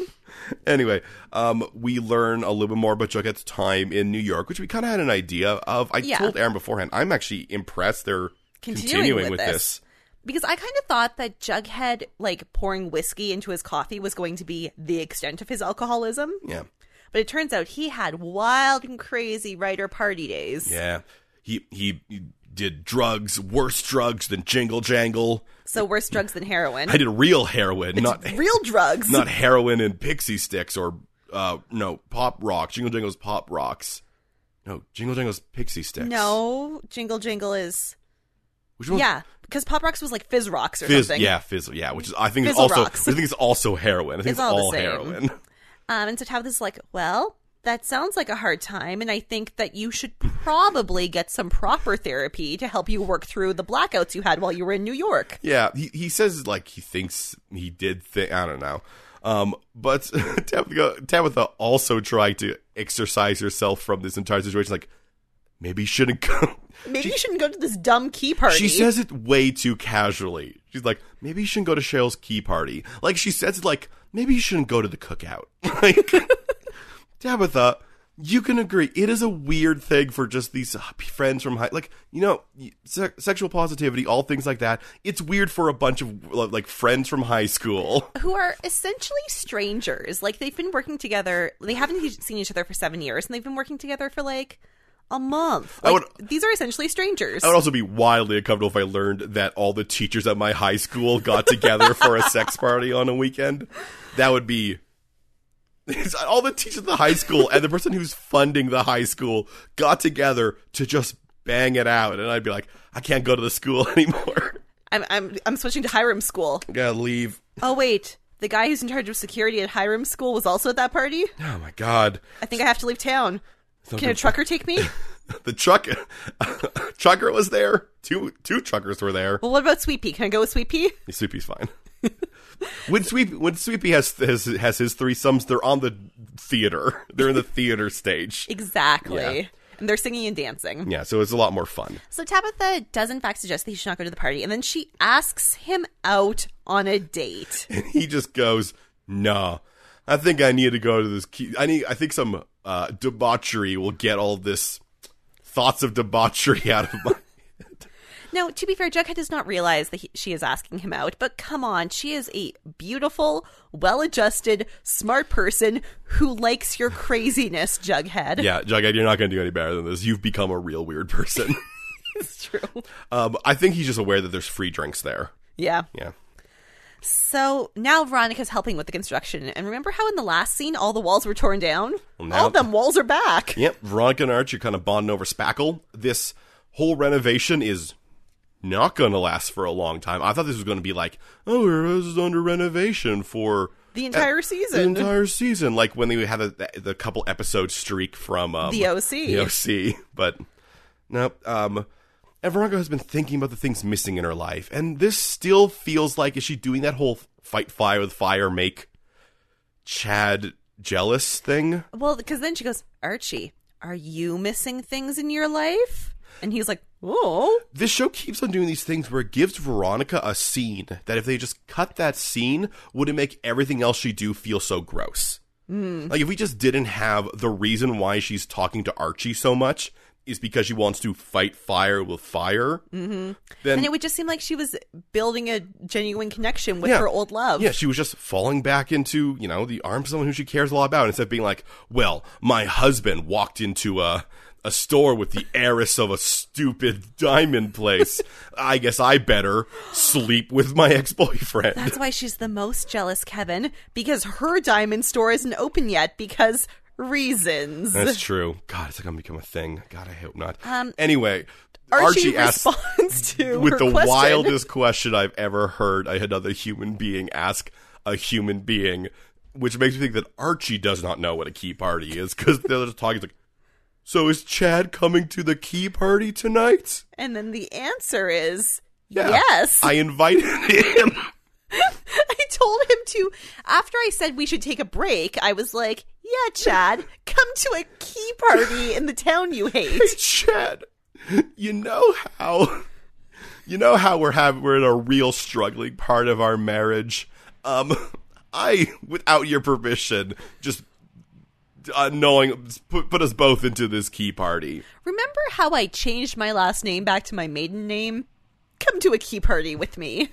Speaker 1: anyway, um, we learn a little bit more about Jughead's time in New York, which we kind of had an idea of. I
Speaker 2: Yeah.
Speaker 1: told Aaron beforehand. I'm actually impressed they're
Speaker 2: Continuing
Speaker 1: continuing, with,
Speaker 2: with this.
Speaker 1: this.
Speaker 2: because I kind of thought that Jughead like pouring whiskey into his coffee was going to be the extent of his alcoholism,
Speaker 1: Yeah,
Speaker 2: but it turns out he had wild and crazy writer party days.
Speaker 1: yeah. He he did drugs, worse drugs than Jingle Jangle.
Speaker 2: So worse drugs than heroin.
Speaker 1: I did real heroin, not
Speaker 2: Real drugs.
Speaker 1: not heroin and pixie sticks or uh no pop rock. Jingle Jangle's pop rocks. No, Jingle Jangle's pixie sticks.
Speaker 2: no, Jingle Jingle is
Speaker 1: which one?
Speaker 2: yeah, because Pop Rocks was like Fizz Rocks or
Speaker 1: Fizz,
Speaker 2: something.
Speaker 1: yeah, fizz, yeah, which is I think it's
Speaker 2: Fizzle
Speaker 1: also
Speaker 2: rocks.
Speaker 1: which I think it's also heroin. I think it's,
Speaker 2: It's all the
Speaker 1: all
Speaker 2: same.
Speaker 1: heroin.
Speaker 2: Um, and so Tabitha's like, well, that sounds like a hard time, and I think that you should probably get some proper therapy to help you work through the blackouts you had while you were in New York.
Speaker 1: Yeah, he he says like he thinks he did. Thi- I don't know. Um, but Tabitha, Tabitha also tried to exercise herself from this entire situation. Like maybe you shouldn't go.
Speaker 2: Maybe you shouldn't go to this dumb key party.
Speaker 1: She says it way too casually. She's like, maybe you shouldn't go to Cheryl's key party. Like she says, it like maybe you shouldn't go to the cookout. Like Tabitha, you can agree it is a weird thing for just these uh, friends from high, like you know, se- sexual positivity, all things like that. It's weird for a bunch of like friends from high school.
Speaker 2: who are essentially strangers. Like they've been working together. They haven't e- seen each other for seven years, and they've been working together for like a month.
Speaker 1: I
Speaker 2: Like, these are essentially strangers.
Speaker 1: I would also be wildly uncomfortable if I learned that all the teachers at my high school got together for a sex party on a weekend. That would be. It's all the teachers at the high school and the person who's funding the high school got together to just bang it out. And I'd be like, I can't go to the school anymore.
Speaker 2: I'm, I'm I'm switching to Hiram School.
Speaker 1: I gotta leave.
Speaker 2: Oh wait, the guy who's in charge of security at Hiram School was also at that party.
Speaker 1: Oh my God.
Speaker 2: I think I have to leave town. Can a trucker take me?
Speaker 1: The truck, trucker was there. Two, two truckers were there.
Speaker 2: Well, what about Sweet Pea? Can I go with Sweet Pea?
Speaker 1: Sweepy's fine. when Sweep when Sweepy has has has his threesomes, they're on the theater. They're in the theater stage.
Speaker 2: Exactly.
Speaker 1: Yeah.
Speaker 2: And they're singing and dancing.
Speaker 1: Yeah, so it's a lot more fun.
Speaker 2: So Tabitha does in fact suggest that he should not go to the party, and then she asks him out on a date.
Speaker 1: And he just goes, "Nah, I think I need to go to this. Key- I need. I think some uh, debauchery will get all this thoughts of debauchery out of my."
Speaker 2: Now, to be fair, Jughead does not realize that he, she is asking him out, but come on, she is a beautiful, well-adjusted, smart person who likes your craziness, Jughead.
Speaker 1: yeah, Jughead, you're not going to do any better than this. You've become a real weird person.
Speaker 2: it's true.
Speaker 1: um, I think he's just aware that there's free drinks there.
Speaker 2: Yeah.
Speaker 1: Yeah.
Speaker 2: So now Veronica's helping with the construction, and remember how in the last scene all the walls were torn down?
Speaker 1: Well, now-
Speaker 2: all of them walls are back.
Speaker 1: Yep, Veronica and Archie are kind of bonding over spackle. This whole renovation is not going to last for a long time. I thought this was going to be like, oh, this is under renovation for
Speaker 2: The entire
Speaker 1: the
Speaker 2: season.
Speaker 1: entire season, like when they had a, the couple episode streak from um,
Speaker 2: The OC.
Speaker 1: The OC, but no. Um, And Veronica has been thinking about the things missing in her life, and this still feels like is she doing that whole fight fire with fire make Chad jealous thing?
Speaker 2: Well, because then she goes, Archie, are you missing things in your life? And he's like, oh.
Speaker 1: This show keeps on doing these things where it gives Veronica a scene that if they just cut that scene, would it make everything else she do feel so gross? Like if we just didn't have the reason why she's talking to Archie so much is because she wants to fight fire with fire, mm-hmm. then
Speaker 2: And it would just seem like she was building a genuine connection with
Speaker 1: Yeah.
Speaker 2: her old love.
Speaker 1: Yeah, she was just falling back into, you know, the arms of someone who she cares a lot about instead of being like, well, my husband walked into a a store with the heiress of a stupid diamond place. I guess I better sleep with my ex boyfriend.
Speaker 2: That's why she's the most jealous, Kevin, because her diamond store isn't open yet because reasons.
Speaker 1: That's true. God, it's like I'm become a thing. God, I hope not. anyway,
Speaker 2: Um, Archie,
Speaker 1: Archie asked
Speaker 2: responds to
Speaker 1: with
Speaker 2: her
Speaker 1: the
Speaker 2: question.
Speaker 1: wildest question I've ever heard. I had another human being ask a human being, which makes me think that Archie does not know what a key party is because they're just talking. It's like, so is Chad coming to the key party tonight?
Speaker 2: And then the answer is
Speaker 1: Yeah.
Speaker 2: yes.
Speaker 1: I invited him.
Speaker 2: I told him to. After I said we should take a break, I was like, yeah, Chad, come to a key party in the town you hate.
Speaker 1: Hey, Chad, you know how you know how we're having we're in a real struggling part of our marriage. Um, I, without your permission, just uh, knowing put, put us both into this key party.
Speaker 2: Remember how I changed my last name back to my maiden name? Come to a key party with me.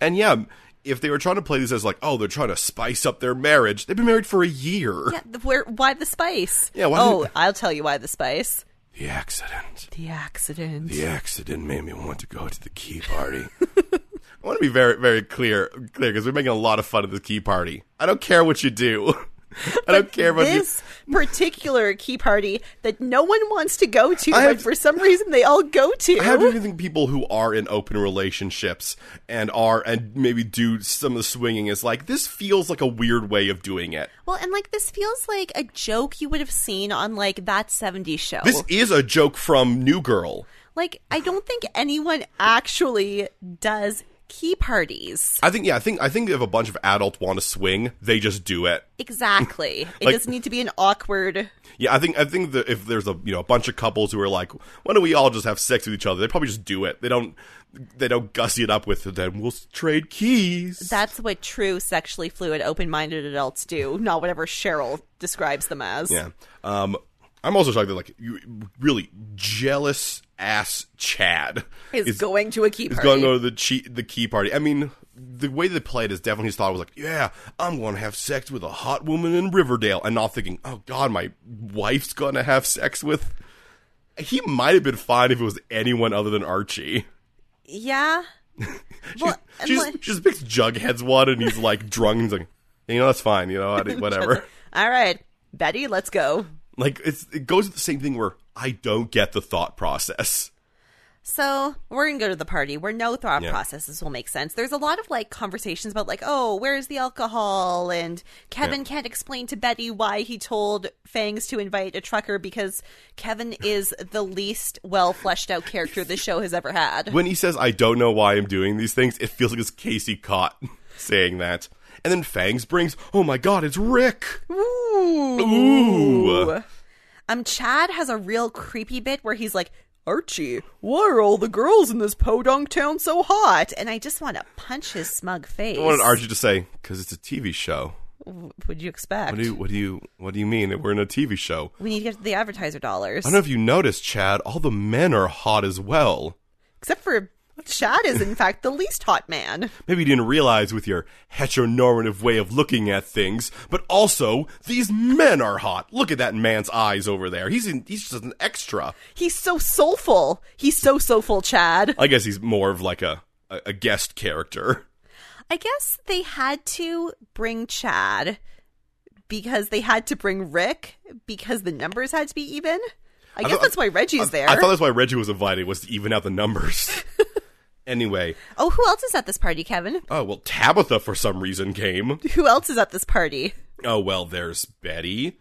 Speaker 1: And yeah, if they were trying to play this as like, oh, they're trying to spice up their marriage, they've been married for a year.
Speaker 2: Yeah, the, where, why the spice?
Speaker 1: Yeah, why
Speaker 2: oh,
Speaker 1: didn't-
Speaker 2: I'll tell you why the spice.
Speaker 1: The accident.
Speaker 2: The accident.
Speaker 1: The accident made me want to go to the key party. I want to be very, very clear, clear, because we're making a lot of fun of the key party. I don't care what you do. I don't care about you.
Speaker 2: this particular key party that no one wants to go to,
Speaker 1: I
Speaker 2: but
Speaker 1: have-
Speaker 2: for some reason they all go to.
Speaker 1: I have even think people who are in open relationships and are and maybe do some of the swinging is like this feels like a weird way of doing it.
Speaker 2: well, and like this feels like a joke you would have seen on like that 70s show.
Speaker 1: This is a joke from New Girl.
Speaker 2: like, I don't think anyone actually does key parties.
Speaker 1: I think yeah, I think I think if a bunch of adults want to swing, they just do it.
Speaker 2: Exactly. It
Speaker 1: Like-
Speaker 2: doesn't need to be an awkward.
Speaker 1: Yeah, I think I think that if there's a you know a bunch of couples who are like, why don't we all just have sex with each other? They probably just do it. They don't they don't gussy it up with then we'll trade keys.
Speaker 2: That's what true sexually fluid, open minded adults do, not whatever Cheryl describes them as.
Speaker 1: yeah. Um, I'm also shocked that like you really jealous ass Chad
Speaker 2: Is, going to a key
Speaker 1: is
Speaker 2: party.
Speaker 1: going to the che- the key party. I mean, the way they played is definitely his thought was like, yeah, I'm going to have sex with a hot woman in Riverdale, and not thinking, oh god, my wife's going to have sex with. He might have been fine if it was anyone other than Archie.
Speaker 2: yeah. well, and
Speaker 1: She just,
Speaker 2: like-
Speaker 1: she just picks Jughead's one, and he's like drunk, and he's like, you know, that's fine, you know, I- whatever.
Speaker 2: All right, Betty, let's go.
Speaker 1: like it's it goes to the same thing where I don't get the thought process.
Speaker 2: So we're gonna go to the party where no thought
Speaker 1: Yeah.
Speaker 2: processes will make sense. There's a lot of like conversations about like, oh, where's the alcohol? And Kevin
Speaker 1: Yeah.
Speaker 2: can't explain to Betty why he told Fangs to invite a trucker because Kevin is the least well fleshed out character the show has ever had.
Speaker 1: When he says I don't know why I'm doing these things, it feels like it's Casey Cott saying that. And then Fangs brings, oh my god, it's Rick.
Speaker 2: Ooh. Um, Chad has a real creepy bit where he's like, Archie, why are all the girls in this podunk town so hot? And I just want to punch his smug face.
Speaker 1: I wanted Archie to say because it's a TV show.
Speaker 2: would you expect?
Speaker 1: What do you, what do you what do you mean that we're in a TV show?
Speaker 2: we need to get the advertiser dollars.
Speaker 1: I don't know if you noticed, Chad. All the men are hot as well.
Speaker 2: Except for Chad is, in fact, the least hot man.
Speaker 1: Maybe you didn't realize with your heteronormative way of looking at things, but also these men are hot. Look at that man's eyes over there. He's in, he's just an extra.
Speaker 2: He's so soulful. He's so soulful, Chad.
Speaker 1: I guess he's more of like a a, a guest character.
Speaker 2: I guess they had to bring Chad because they had to bring Rick because the numbers had to be even. I, guess
Speaker 1: thought-
Speaker 2: that's why Reggie's there.
Speaker 1: I thought that's why Reggie was invited was to even out the numbers. anyway,
Speaker 2: oh, who else is at this party, Kevin?
Speaker 1: oh well, Tabitha for some reason came.
Speaker 2: Who else is at this party?
Speaker 1: Oh well, there's Betty.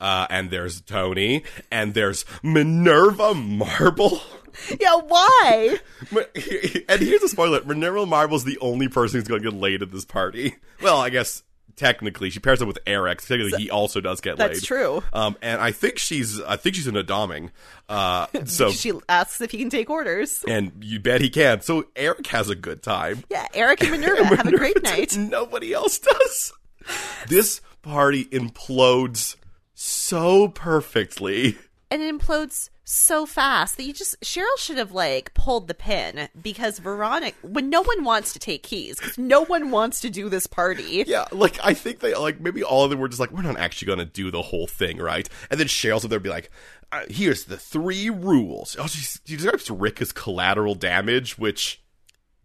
Speaker 1: Uh, and there's Tony, and there's Minerva Marble.
Speaker 2: Yeah, why?
Speaker 1: and here's a spoiler: Minerva Marble's the only person who's going to get laid at this party. Well, I guess technically she pairs up with Eric. so Technically, he also does get laid.
Speaker 2: That's true.
Speaker 1: Um, and I think she's, I think she's in a doming. Uh, so
Speaker 2: She asks if he can take orders.
Speaker 1: and you bet he can. So Eric has a good time.
Speaker 2: Yeah, Eric and Minerva have a great night.
Speaker 1: Nobody else does. This party implodes so perfectly.
Speaker 2: and it implodes so fast that you just Cheryl should have like pulled the pin because Veronica when no one wants to take keys because no one wants to do this party.
Speaker 1: Yeah, like I think they like maybe all of them were just like we're not actually going to do the whole thing, right? And then Cheryl's up there and be like, uh, "Here's the three rules." Oh, she, she describes Rick as collateral damage, which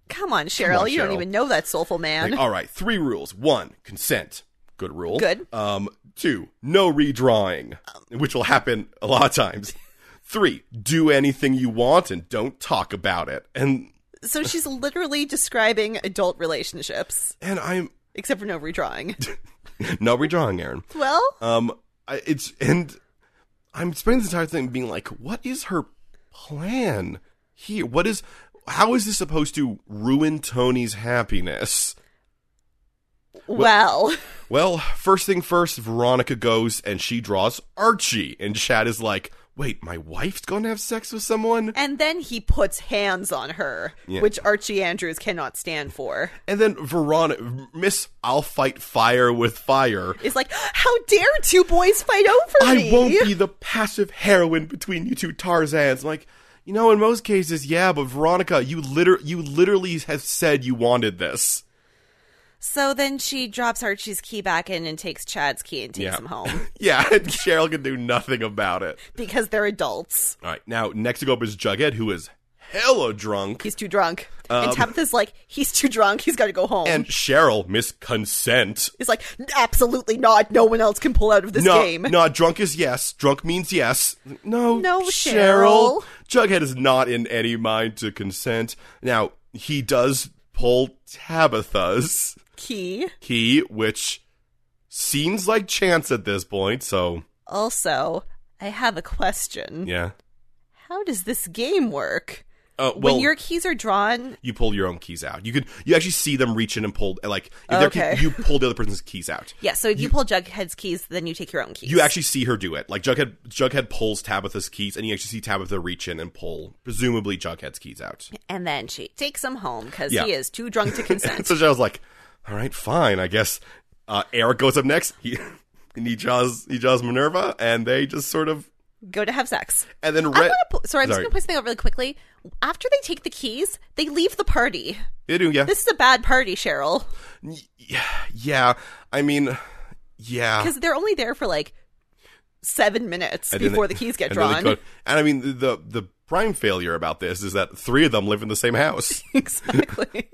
Speaker 2: Come on, Cheryl, you don't
Speaker 1: Cheryl.
Speaker 2: even know that soulful man.
Speaker 1: Like, all right, three rules. One, consent. Good rule.
Speaker 2: Good.
Speaker 1: Um, two, no redrawing, which will happen a lot of times. Three, do anything you want and don't talk about it. And
Speaker 2: so she's literally describing adult relationships,
Speaker 1: and I'm
Speaker 2: except for no redrawing.
Speaker 1: no redrawing, Aaron.
Speaker 2: well,
Speaker 1: Um, I, it's and I'm spending this entire thing being like, what is her plan here? What is how is this supposed to ruin Tony's happiness?
Speaker 2: well,
Speaker 1: Well, first thing first, Veronica goes and she draws Archie, and Chad is like, "Wait, my wife's gonna have sex with someone?"
Speaker 2: and then he puts hands on her,
Speaker 1: Yeah.
Speaker 2: which Archie Andrews cannot stand for.
Speaker 1: And then Veronica, Miss, I'll fight fire with fire.
Speaker 2: It's like, how dare two boys fight over
Speaker 1: I
Speaker 2: me?
Speaker 1: won't be the passive heroine between you two Tarzans. Like, you know, in most cases, yeah, but Veronica, you liter- you literally have said you wanted this.
Speaker 2: So then she drops Archie's key back in and takes Chad's key and takes
Speaker 1: Yeah.
Speaker 2: him home
Speaker 1: Yeah, and Cheryl can do nothing about it.
Speaker 2: because they're adults.
Speaker 1: All right, now next up is Jughead, who is hella drunk.
Speaker 2: He's too drunk. and Tabitha's like, he's too drunk. He's got to go
Speaker 1: Um,
Speaker 2: home.
Speaker 1: And Cheryl, Miss Consent,
Speaker 2: he's like, absolutely not. No one else can pull out of this
Speaker 1: no,
Speaker 2: game.
Speaker 1: No, drunk is yes. Drunk means yes. No,
Speaker 2: No, Cheryl.
Speaker 1: Jughead is not in any mind to consent. Now, he does pull Tabitha's
Speaker 2: Key.
Speaker 1: key, which seems like chance at this point, so
Speaker 2: Also, I have a question.
Speaker 1: yeah.
Speaker 2: How does this game work?
Speaker 1: Uh, well,
Speaker 2: when your keys are drawn,
Speaker 1: you pull your own keys out. You could you actually see them reach in and pull like if they're
Speaker 2: Okay.
Speaker 1: key, you pull the other person's keys out.
Speaker 2: yeah, so if you, pull Jughead's keys, then you take your own keys.
Speaker 1: You actually see her do it. Like Jughead Jughead pulls Tabitha's keys and you actually see Tabitha reach in and pull presumably Jughead's keys out.
Speaker 2: and then she takes him home because
Speaker 1: Yeah.
Speaker 2: he is too drunk to consent.
Speaker 1: So I was like, all right, fine, I guess. Uh, Eric goes up next. He and he draws he draws Minerva, and they just sort of
Speaker 2: Go to have sex.
Speaker 1: and then
Speaker 2: I'm
Speaker 1: Red.
Speaker 2: gonna pu- sorry,
Speaker 1: Sorry.
Speaker 2: I'm just gonna point something out really quickly. After they take the keys, they leave the party.
Speaker 1: They do, yeah,
Speaker 2: This is a bad party, Cheryl,
Speaker 1: yeah. I mean, yeah.
Speaker 2: because they're only there for like seven minutes
Speaker 1: And then
Speaker 2: before
Speaker 1: they-
Speaker 2: the keys get
Speaker 1: and then they
Speaker 2: drawn.
Speaker 1: go- and I mean, the, the the prime failure about this is that three of them live in the same house.
Speaker 2: exactly.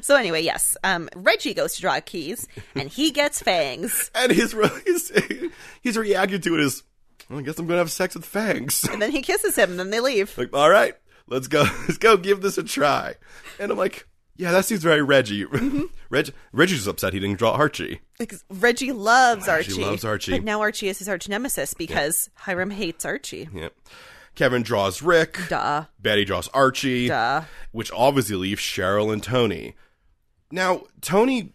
Speaker 2: so anyway, yes, um, Reggie goes to draw keys, and he gets fangs,
Speaker 1: And his re- his his reaction to it is, well, I guess I'm gonna have sex with Fangs.
Speaker 2: and then he kisses him, and then they leave.
Speaker 1: like, all right, let's go, let's go give this a try. And I'm like, yeah, that seems very Reggie.
Speaker 2: Mm-hmm.
Speaker 1: Reg- Reggie's upset he didn't draw Archie.
Speaker 2: Like, Reggie loves Archie.
Speaker 1: loves Archie.
Speaker 2: but now Archie is his arch nemesis because Hiram hates Archie.
Speaker 1: Yeah. Kevin draws Rick.
Speaker 2: Duh.
Speaker 1: Betty draws Archie.
Speaker 2: Duh.
Speaker 1: Which obviously leaves Cheryl and Tony. Now, Tony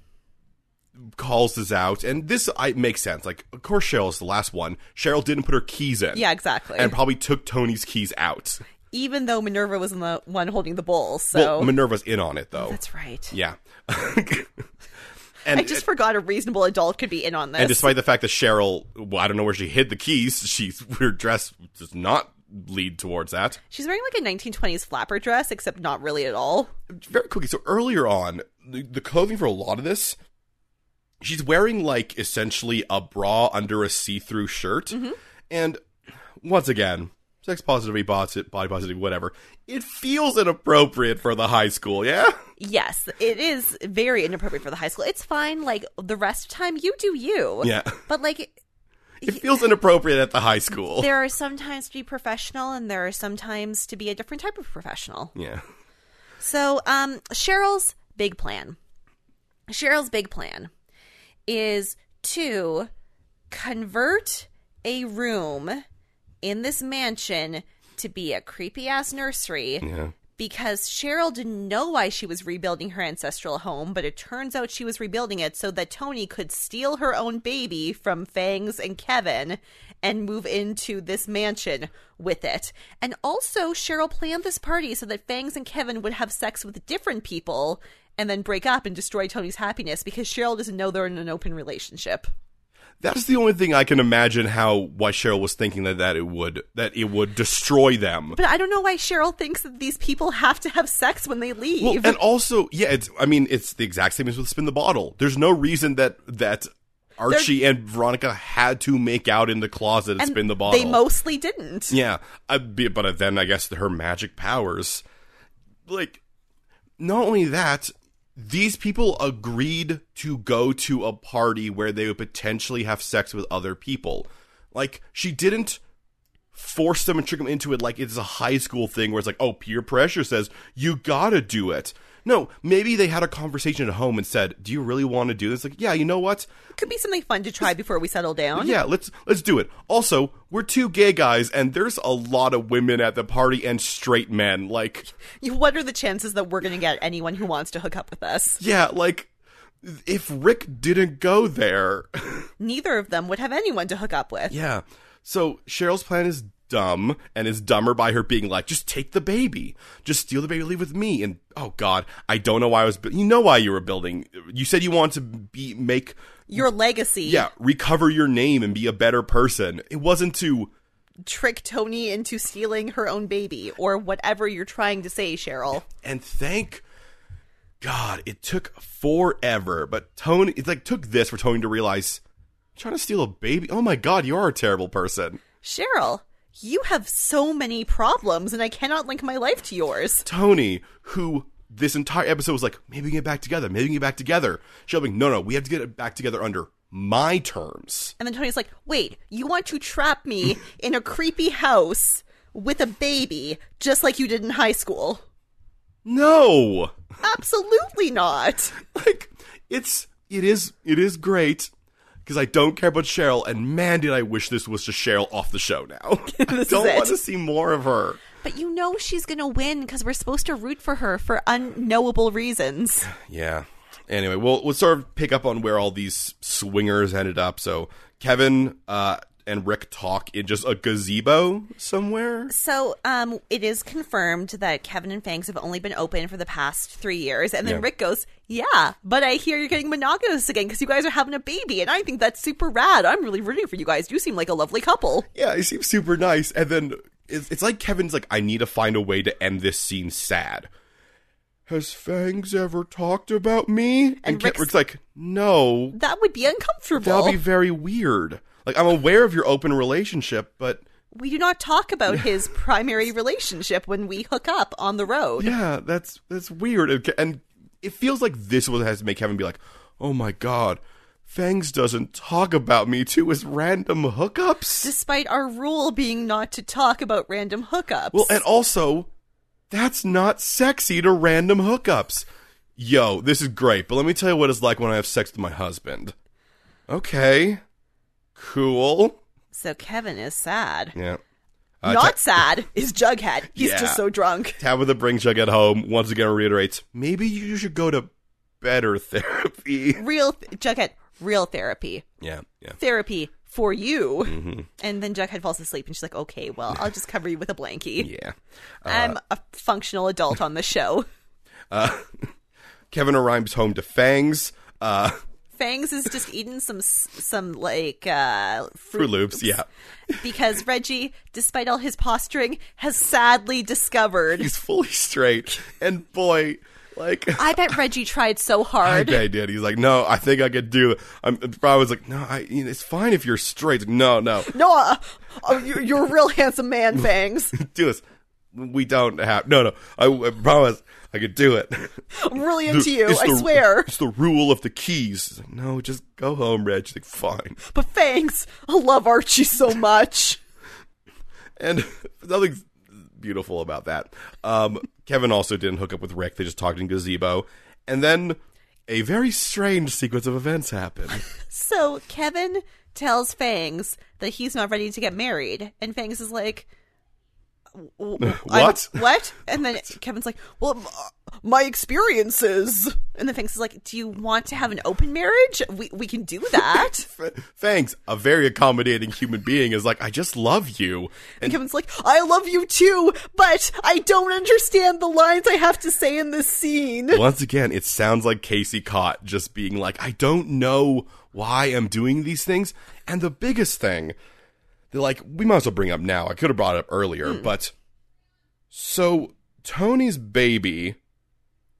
Speaker 1: calls this out, and this I makes sense. Like, of course, Cheryl's the last one. Cheryl didn't put her keys in.
Speaker 2: Yeah, exactly.
Speaker 1: And probably took Tony's keys out.
Speaker 2: Even though Minerva was the one holding the bowl, so
Speaker 1: Well, Minerva's in on it, though.
Speaker 2: that's right.
Speaker 1: Yeah. and
Speaker 2: I just forgot a reasonable adult could be in on this.
Speaker 1: And despite the fact that Cheryl, well, I don't know where she hid the keys, she's her dress does not lead towards that.
Speaker 2: She's wearing like a 1920s flapper dress, except not really at all.
Speaker 1: Very quickly, so earlier on, the, the clothing for a lot of this, she's wearing like essentially a bra under a see-through shirt, and once again, sex positivity, body body positivity, whatever. It feels inappropriate for the high school, yeah.
Speaker 2: Yes, it is very inappropriate for the high school. It's fine. Like the rest of the time, you do you.
Speaker 1: Yeah.
Speaker 2: But like,
Speaker 1: It feels inappropriate at the high school.
Speaker 2: there are sometimes to be professional, and there are sometimes to be a different type of professional.
Speaker 1: yeah.
Speaker 2: So, um, Cheryl's big plan. Cheryl's big plan is to convert a room in this mansion to be a creepy ass nursery
Speaker 1: Yeah.
Speaker 2: because Cheryl didn't know why she was rebuilding her ancestral home, but it turns out she was rebuilding it so that Tony could steal her own baby from Fangs and Kevin and move into this mansion with it. And also, Cheryl planned this party so that Fangs and Kevin would have sex with different people and then break up and destroy Tony's happiness because Cheryl doesn't know they're in an open relationship.
Speaker 1: That's the only thing I can imagine how why Cheryl was thinking that that it would that it would destroy them.
Speaker 2: But I don't know why Cheryl thinks that these people have to have sex when they leave.
Speaker 1: Well, and also, yeah, it's I mean, it's the exact same as with spin the bottle. There's no reason that that Archie and Veronica had to make out in the closet and,
Speaker 2: And
Speaker 1: spin the bottle.
Speaker 2: They mostly didn't.
Speaker 1: yeah, I, be- but then I guess her magic powers, like, not only that, these people agreed to go to a party where they would potentially have sex with other people. Like, she didn't force them and trick them into it like it's a high school thing where it's like, oh, peer pressure says you gotta do it. No, maybe they had a conversation at home and said, "Do you really want to do this?" Like, yeah, you know what?
Speaker 2: could be something fun to try before we settle down.
Speaker 1: Yeah, let's let's do it. Also, we're two gay guys, and there's a lot of women at the party and straight men. Like,
Speaker 2: What are the chances that we're going to get anyone who wants to hook up with us?
Speaker 1: yeah, like if Rick didn't go there,
Speaker 2: Neither of them would have anyone to hook up with.
Speaker 1: yeah. So Cheryl's plan is dumb, and is dumber by her being like, "Just take the baby, just steal the baby, leave with me." And oh god, I don't know why I was. bu- You know why you were building? You said you want to be make
Speaker 2: Your legacy
Speaker 1: yeah recover your name and be a better person. It wasn't to
Speaker 2: trick Tony into stealing her own baby or whatever you're trying to say, Cheryl.
Speaker 1: and thank God it took forever. But Tony, it like took this for Tony to realize "I'm trying to steal a baby. Oh my God, you are a terrible person,
Speaker 2: Cheryl, you have so many problems and I cannot link my life to yours.
Speaker 1: Tony. Who this entire episode was like, maybe we can get back together, maybe we can get back together. Shelby, no, no, we have to get it back together under my terms.
Speaker 2: And then Tony's like, wait, you want to trap me in a creepy house with a baby just like you did in high school?
Speaker 1: No,
Speaker 2: Absolutely not.
Speaker 1: like it's it is it is great. Because I don't care about Cheryl, and man, did I wish this was just Cheryl off the show now. I
Speaker 2: This is
Speaker 1: don't
Speaker 2: it.
Speaker 1: want to see more of her.
Speaker 2: But you know she's going to win because we're supposed to root for her for unknowable reasons.
Speaker 1: Yeah. Anyway, we'll we'll sort of pick up on where all these swingers ended up. So Kevin uh, and Rick talk in just a gazebo somewhere.
Speaker 2: So, um, it is confirmed that Kevin and Fangs have only been open for the past three years. And then
Speaker 1: Yeah.
Speaker 2: Rick goes, Yeah, but I hear you're getting monogamous again because you guys are having a baby. And I think that's super rad. I'm really rooting for you guys. You seem like a lovely couple.
Speaker 1: Yeah, he seems super nice. And then it's, it's like Kevin's like, I need to find a way to end this scene sad. Has Fangs ever talked about me? And, Ke-
Speaker 2: Rick's-
Speaker 1: Rick's like, No,
Speaker 2: That would be uncomfortable.
Speaker 1: that'll be very weird. Like I'm aware of your open relationship, but
Speaker 2: We do not talk about his primary relationship when we hook up on the road.
Speaker 1: Yeah, that's that's weird, and, and it feels like this was has to make Kevin be like, "Oh my god, Fangs doesn't talk about me to his random hookups."
Speaker 2: Despite our rule being not to talk about random hookups.
Speaker 1: Well, and also, that's not sexy to random hookups. Yo, this is great, but let me tell you what it's like when I have sex with my husband. Okay, cool.
Speaker 2: so Kevin is sad.
Speaker 1: Yeah, uh,
Speaker 2: Not sad is Jughead. He's
Speaker 1: Yeah.
Speaker 2: just so drunk.
Speaker 1: Tabitha brings Jughead home once again. Reiterates, maybe you should go to better therapy.
Speaker 2: Real th- Jughead, real therapy,
Speaker 1: Yeah, yeah.
Speaker 2: therapy for you.
Speaker 1: Mm-hmm.
Speaker 2: And then Jughead falls asleep, and she's like, "Okay, well, I'll just cover you with a blankie.
Speaker 1: Yeah. uh,
Speaker 2: I'm a functional adult on the show."
Speaker 1: Kevin arrives home to Fangs. Uh,
Speaker 2: Fangs is just eating some s- some like uh,
Speaker 1: Fruit
Speaker 2: fruit
Speaker 1: Loops, yeah.
Speaker 2: because Reggie, despite all his posturing, has sadly discovered.
Speaker 1: He's fully straight. And boy, like,
Speaker 2: I bet Reggie tried so
Speaker 1: I
Speaker 2: hard.
Speaker 1: bet he did. He's like, no, I think I could do it. I'm, I was like, no, I, it's fine if you're straight. He's like, no, no,
Speaker 2: No, uh, oh, you're, you're a real handsome man, Fangs.
Speaker 1: do this. We don't have, no, no, I, I promise I could do it.
Speaker 2: I'm really into you.
Speaker 1: It's
Speaker 2: I
Speaker 1: the-
Speaker 2: swear.
Speaker 1: It's the rule of the keys. He's like, no, just go home, Reg. He's like, fine.
Speaker 2: But Fangs, I love Archie so much.
Speaker 1: And nothing's beautiful about that. Um, Kevin also didn't hook up with Rick. They just talked in gazebo. And then a very strange sequence of events happen.
Speaker 2: So Kevin tells Fangs that he's not ready to get married, and Fangs is like, w- w- I'm-
Speaker 1: What?
Speaker 2: What? And then Kevin's like, "Well, m- uh, my experiences." And then Fangs is like, "Do you want to have an open marriage? We we can do that."
Speaker 1: F- Fangs, a very accommodating human being, is like, I just love you.
Speaker 2: and
Speaker 1: And
Speaker 2: Kevin's like, "I love you too, but I don't understand the lines I have to say in this scene."
Speaker 1: once again, it sounds like Casey Cott just being like, I don't know why I'm doing these things. And the biggest thing, they're like, we might as well bring up now. I could have brought it up earlier,
Speaker 2: Hmm.
Speaker 1: but so Tony's baby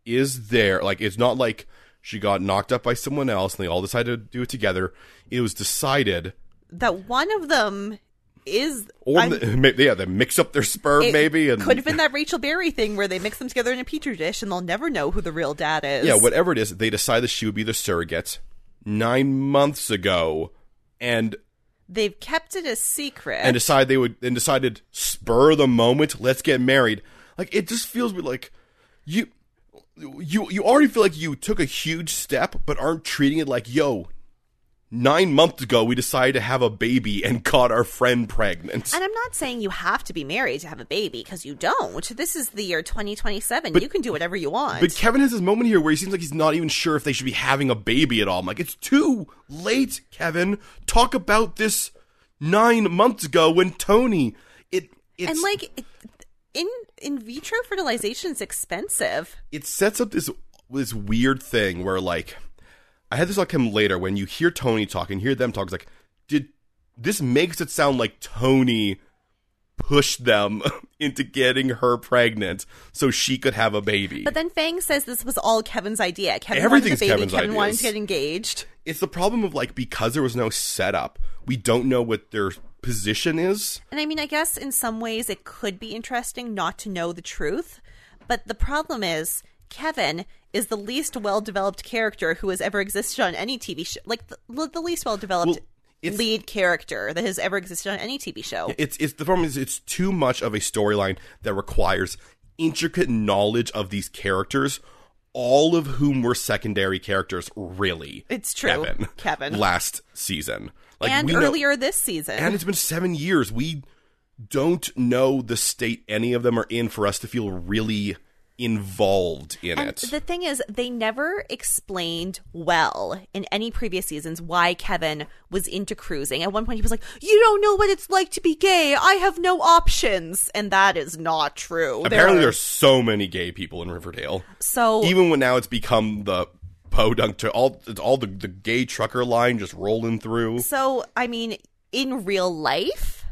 Speaker 1: is there. Like, it's not like she got knocked up by someone else and they all decided to do it together. It was decided.
Speaker 2: That one of them is
Speaker 1: Or
Speaker 2: I'm-
Speaker 1: the, maybe, yeah, they mix up their sperm,
Speaker 2: It
Speaker 1: maybe, and
Speaker 2: could have been that Rachel Berry thing where they mix them together in a petri dish and they'll never know who the real dad is.
Speaker 1: Yeah, whatever it is, they decide that she would be the surrogate nine months ago, and
Speaker 2: They've kept it a secret.
Speaker 1: and decide they would and decided spur the moment, let's get married. Like it just feels weird, like you you you already feel like you took a huge step, but aren't treating it like yo. Nine months ago, we decided to have a baby and caught our friend pregnant.
Speaker 2: and I'm not saying you have to be married to have a baby because you don't. This is the year 2027. you can do whatever you want.
Speaker 1: But Kevin has this moment here where he seems like he's not even sure if they should be having a baby at all. I'm like, it's too late, Kevin. Talk about this nine months ago when Tony. It it's,
Speaker 2: and like it- in in vitro fertilization is expensive.
Speaker 1: it sets up this this weird thing where like I had this all come later when you hear Tony talk and hear them talk. It's like, did this makes it sound like Tony pushed them into getting her pregnant so she could have a baby?
Speaker 2: But then Fang says this was all Kevin's idea. Kevin
Speaker 1: Everything's
Speaker 2: wanted the baby.
Speaker 1: Kevin's
Speaker 2: Kevin wanted
Speaker 1: ideas.
Speaker 2: to get engaged.
Speaker 1: it's the problem of like because there was no setup, we don't know what their position is.
Speaker 2: And I mean, I guess in some ways it could be interesting not to know the truth, but the problem is Kevin is the least well-developed character who has ever existed on any TV show. Like the, l- the least well-developed
Speaker 1: Well, it's-
Speaker 2: lead character that has ever existed on any TV show.
Speaker 1: It's it's the problem is it's too much of a storyline that requires intricate knowledge of these characters, all of whom were secondary characters. Really,
Speaker 2: It's true,
Speaker 1: Kevin.
Speaker 2: Kevin.
Speaker 1: last season, like
Speaker 2: and
Speaker 1: we know-
Speaker 2: earlier this season,
Speaker 1: and it's been seven years. We don't know the state any of them are in for us to feel really involved in
Speaker 2: And
Speaker 1: it.
Speaker 2: the thing is, they never explained well in any previous seasons why Kevin was into cruising. At one point, he was like, You don't know what it's like to be gay. I have no options. And that is not true. There
Speaker 1: Apparently,
Speaker 2: are-
Speaker 1: there's so many gay people in Riverdale.
Speaker 2: So,
Speaker 1: even when now it's become the podunk to all it's all the, the gay trucker line just rolling through
Speaker 2: so, I mean, in real life,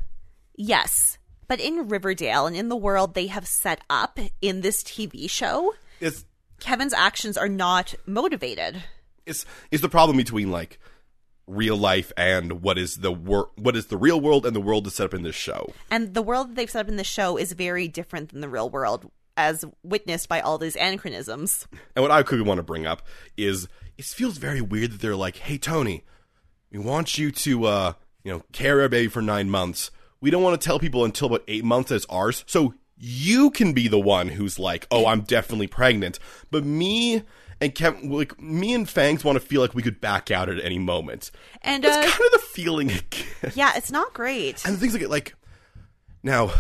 Speaker 2: yes. But in Riverdale and in the world they have set up in this TV show,
Speaker 1: it's
Speaker 2: Kevin's actions are not motivated.
Speaker 1: it's it's the problem between like real life and what is the wor- what is the real world and the world is set up in this show
Speaker 2: And the world that they've set up in the show is very different than the real world, as witnessed by all these anachronisms.
Speaker 1: and what i could want to bring up is it feels very weird that they're like hey tony we want you to uh you know carry our baby for nine months we don't want to tell people until about eight months that it's ours so you can be the one who's like oh i'm definitely pregnant but me and Kevin, like me and Fangs, want to feel like we could back out at any moment.
Speaker 2: And
Speaker 1: That's
Speaker 2: uh,
Speaker 1: kind of the feeling it gives.
Speaker 2: yeah, it's not great.
Speaker 1: and the things like like now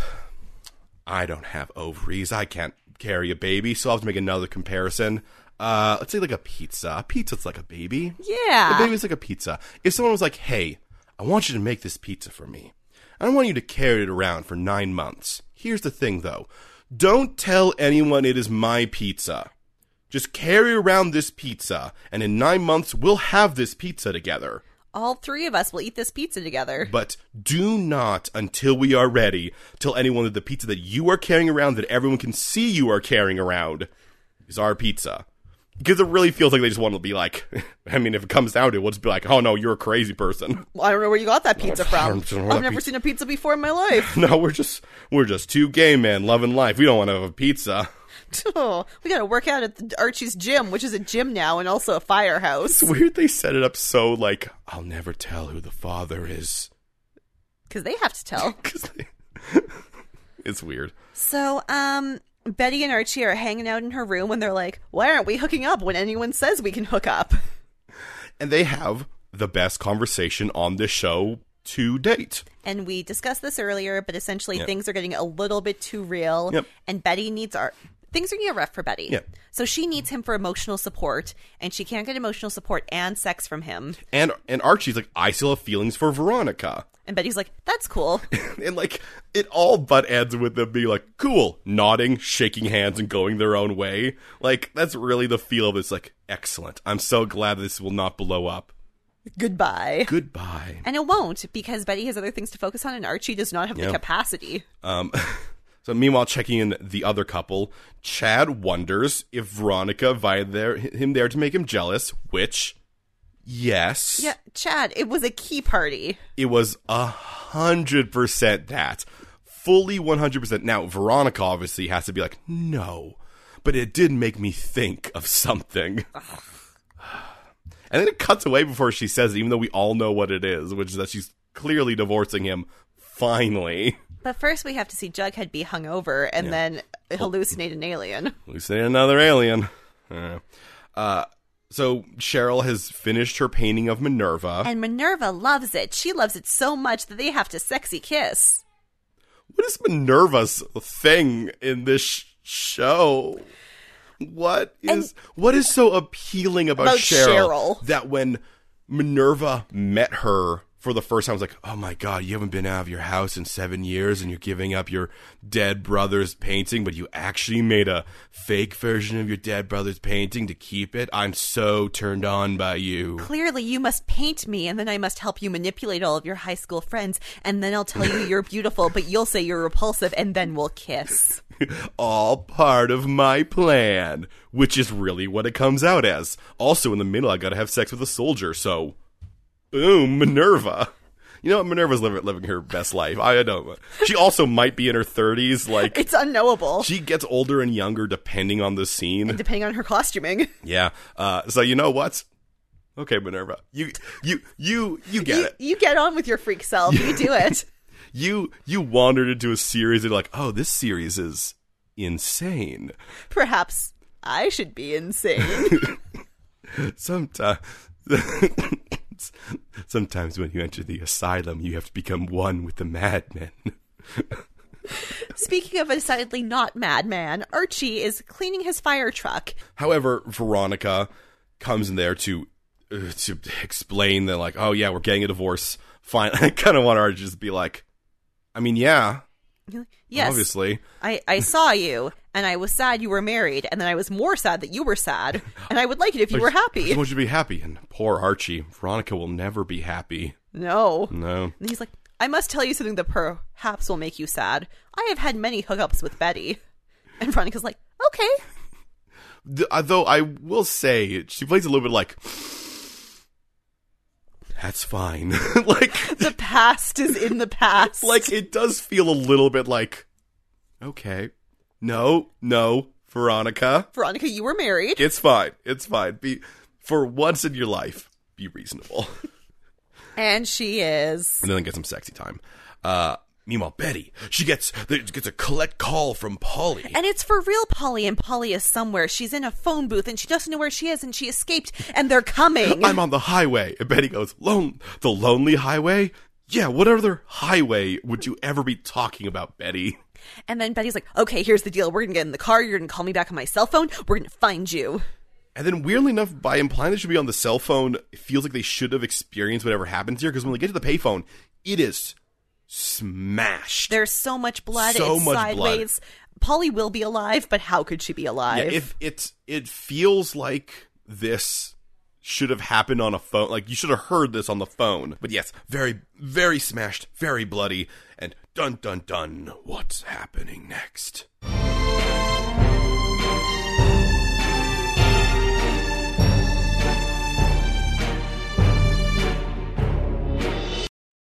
Speaker 1: i don't have ovaries i can't carry a baby so i'll have to make another comparison uh let's say like a pizza a pizza's like a baby
Speaker 2: Yeah.
Speaker 1: a baby's like a pizza if someone was like hey i want you to make this pizza for me i don't want you to carry it around for nine months here's the thing though don't tell anyone it is my pizza just carry around this pizza and in nine months we'll have this pizza together
Speaker 2: All three of us will eat this pizza together.
Speaker 1: but do not, until we are ready, tell anyone that the pizza that you are carrying around, that everyone can see you are carrying around, is our pizza. Because it really feels like they just want to be like, I mean, if it comes down to it, we'll just be like, oh no, you're a crazy person.
Speaker 2: Well, I don't know where you got that pizza
Speaker 1: I
Speaker 2: from.
Speaker 1: don't know where
Speaker 2: I've
Speaker 1: that
Speaker 2: never
Speaker 1: pizza-
Speaker 2: seen a pizza before in my life.
Speaker 1: no, we're just, we're just two gay men loving life. We don't want to have a pizza.
Speaker 2: Oh, we got to work out at the Archie's gym, which is a gym now and also a firehouse
Speaker 1: It's weird they set it up so like, I'll never tell who the father is.
Speaker 2: because they have to tell.
Speaker 1: 'Cause they- it's weird.
Speaker 2: So, um, Betty and Archie are hanging out in her room and they're like, why aren't we hooking up when anyone says we can hook up?
Speaker 1: And they have the best conversation on this show to date.
Speaker 2: And we discussed this earlier, but essentially
Speaker 1: Yeah.
Speaker 2: things are getting a little bit too real.
Speaker 1: Yep.
Speaker 2: And Betty needs our. Things are getting rough for Betty.
Speaker 1: Yeah.
Speaker 2: So she needs him for emotional support, and she can't get emotional support and sex from him.
Speaker 1: And and Archie's like, I still have feelings for Veronica.
Speaker 2: And Betty's like, that's cool.
Speaker 1: And like it all but ends with them being like, cool, nodding, shaking hands, and going their own way. Like, that's really the feel of this, like, excellent. I'm so glad this will not blow up.
Speaker 2: Goodbye.
Speaker 1: Goodbye.
Speaker 2: And it won't because Betty has other things to focus on, and Archie does not have
Speaker 1: Yeah.
Speaker 2: the capacity.
Speaker 1: Um, so meanwhile, checking in the other couple, Chad wonders if Veronica invited there, him there to make him jealous, which, yes,
Speaker 2: Yeah, Chad, it was a key party.
Speaker 1: it was a hundred percent that, fully one hundred percent. Now Veronica obviously has to be like, no, but it did make me think of something. And then it cuts away before she says it, even though we all know what it is, which is that she's clearly divorcing him. Finally,
Speaker 2: But first, we have to see Jughead be hungover and then hallucinate an alien.
Speaker 1: We see another alien. Uh, uh, so Cheryl has finished her painting of Minerva.
Speaker 2: And Minerva loves it. She loves it so much that they have to sexy kiss.
Speaker 1: what is Minerva's thing in this sh- show? What is what is so appealing about,
Speaker 2: About
Speaker 1: Cheryl,
Speaker 2: Cheryl.
Speaker 1: that when Minerva met her for the first time, I was like, "Oh my god, you haven't been out of your house in seven years, and you're giving up your dead brother's painting, but you actually made a fake version of your dead brother's painting to keep it. I'm so turned on by you."
Speaker 2: Clearly, you must paint me, and then I must help you manipulate all of your high school friends, and then I'll tell you you're beautiful, but you'll say you're repulsive, and then we'll kiss.
Speaker 1: all part of my plan, which is really what it comes out as. Also, in the middle, I gotta have sex with a soldier, so boom, Minerva. You know what? Minerva's living, living her best life. I don't. She also might be in her 30s. Like,
Speaker 2: It's unknowable,
Speaker 1: she gets older and younger depending on the scene.
Speaker 2: depending on her costuming.
Speaker 1: Yeah. Uh, so, you know what? Okay, Minerva. You, you, you, you get
Speaker 2: You,
Speaker 1: it.
Speaker 2: you get on with your freak self. You do it.
Speaker 1: You, you wandered into a series and, like, oh, this series is insane.
Speaker 2: Perhaps I should be insane.
Speaker 1: Sometimes, sometimes when you enter the asylum, you have to become one with the madmen.
Speaker 2: Speaking of a decidedly not madman, Archie is cleaning his fire truck.
Speaker 1: However, Veronica comes in there to uh, to explain that, like, oh yeah, we're getting a divorce. Fine. I kind of want her to just be like, I mean, yeah,
Speaker 2: Yes,
Speaker 1: obviously.
Speaker 2: I, I saw you, and I was sad you were married, and then I was more sad that you were sad, and I would like it if you were
Speaker 1: I
Speaker 2: happy.
Speaker 1: want you to be happy. And poor Archie, Veronica will never be happy.
Speaker 2: No.
Speaker 1: No.
Speaker 2: And he's like, I must tell you something that perhaps will make you sad. I have had many hookups with Betty. And Veronica's like, okay.
Speaker 1: Th- uh, though I will say she plays a little bit like that's fine. like
Speaker 2: The past is in the past.
Speaker 1: like it does feel a little bit like okay. No, no, Veronica.
Speaker 2: Veronica, you were married.
Speaker 1: It's fine. It's fine. Be for once in your life, be reasonable.
Speaker 2: And she is.
Speaker 1: and then get some sexy time. Uh meanwhile, Betty, she gets they- gets a collect call from Polly.
Speaker 2: And it's for real, Polly. And Polly is somewhere. She's in a phone booth, and she doesn't know where she is, and she escaped, and they're coming.
Speaker 1: I'm on the highway. And Betty goes, Lone, the lonely highway? Yeah, what other highway would you ever be talking about, Betty?
Speaker 2: And then Betty's like, okay, here's the deal. We're going to get in the car. You're going to call me back on my cell phone. We're going to find you.
Speaker 1: And then, weirdly enough, by implying they should be on the cell phone, it feels like they should have experienced whatever happens here. Because when they get to the payphone, it is smashed.
Speaker 2: There's so much blood.
Speaker 1: So
Speaker 2: it's
Speaker 1: much blood.
Speaker 2: sideways. Polly will be alive, but how could she be
Speaker 1: yeah,
Speaker 2: alive?
Speaker 1: if it's it feels like this should have happened on a phone. Like you should have heard this on the phone. But yes, very, very smashed, very bloody, and dun dun dun. What's happening next?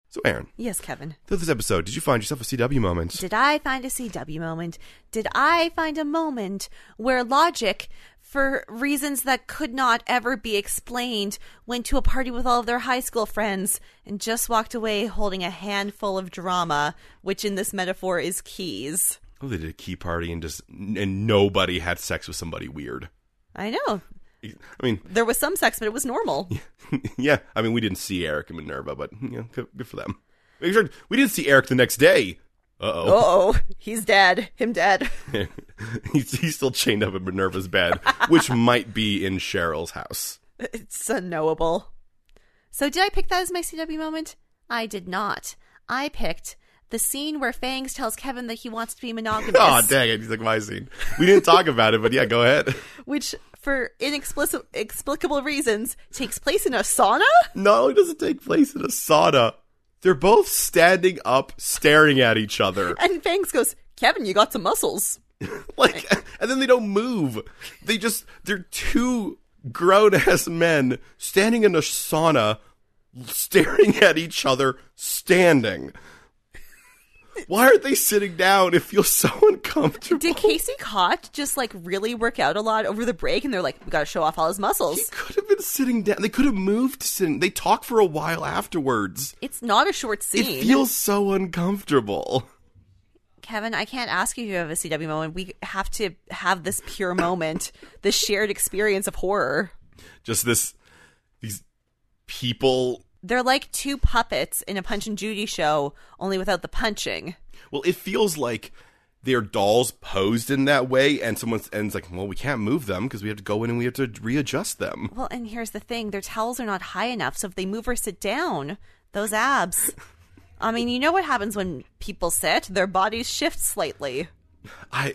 Speaker 1: So Aaron,
Speaker 2: yes, Kevin.
Speaker 1: through this episode, did you find yourself a CW moment?
Speaker 2: Did I find a CW moment? Did I find a moment where logic, for reasons that could not ever be explained, went to a party with all of their high school friends and just walked away holding a handful of drama, which in this metaphor is keys?
Speaker 1: Oh, they did a key party and just and nobody had sex with somebody weird.
Speaker 2: I know.
Speaker 1: I mean,
Speaker 2: There was some sex, but it was normal.
Speaker 1: yeah. I mean, we didn't see Eric and Minerva, but you know, good, good for them. In fact, We didn't see Eric the next day. Uh
Speaker 2: Oh, he's dead. Him dead.
Speaker 1: oh, he's, he's still chained up in Minerva's bed, which might be in Cheryl's house.
Speaker 2: It's unknowable. So, did I pick that as my CW moment? I did not. I picked the scene where Fangs tells Kevin that he wants to be monogamous.
Speaker 1: Oh, dang it! He's like my scene. We didn't talk about it, but yeah, go ahead.
Speaker 2: which, for inexplicable explicable reasons, takes place in a sauna?
Speaker 1: Not only does it take place in a sauna, they're both standing up, staring at each other.
Speaker 2: And Fangs goes, Kevin, you got some muscles.
Speaker 1: Like, and then they don't move. They just, they're two grown ass men standing in a sauna, staring at each other, standing. Why aren't they sitting down? It feels so uncomfortable.
Speaker 2: Did Casey Cott just like really work out a lot over the break? And they're like, we got to show off all his
Speaker 1: They
Speaker 2: muscles.
Speaker 1: could have been sitting down. They could have moved to sitting. They talk for a while afterwards.
Speaker 2: It's not a short
Speaker 1: It
Speaker 2: scene.
Speaker 1: feels so uncomfortable.
Speaker 2: Kevin, I can't ask you to have a CW moment. We have to have this pure moment, this shared experience of horror.
Speaker 1: Just this, these people
Speaker 2: They're like two puppets in a Punch and Judy show, only without the punching.
Speaker 1: Well, it feels like their dolls posed in that way, and someone's and it's like, well, we can't move them because we have to go in and we have to readjust them.
Speaker 2: Well, and here's the thing their towels are not high enough, so if they move or sit down, those abs. I mean, you know what happens when people sit? Their bodies shift slightly.
Speaker 1: I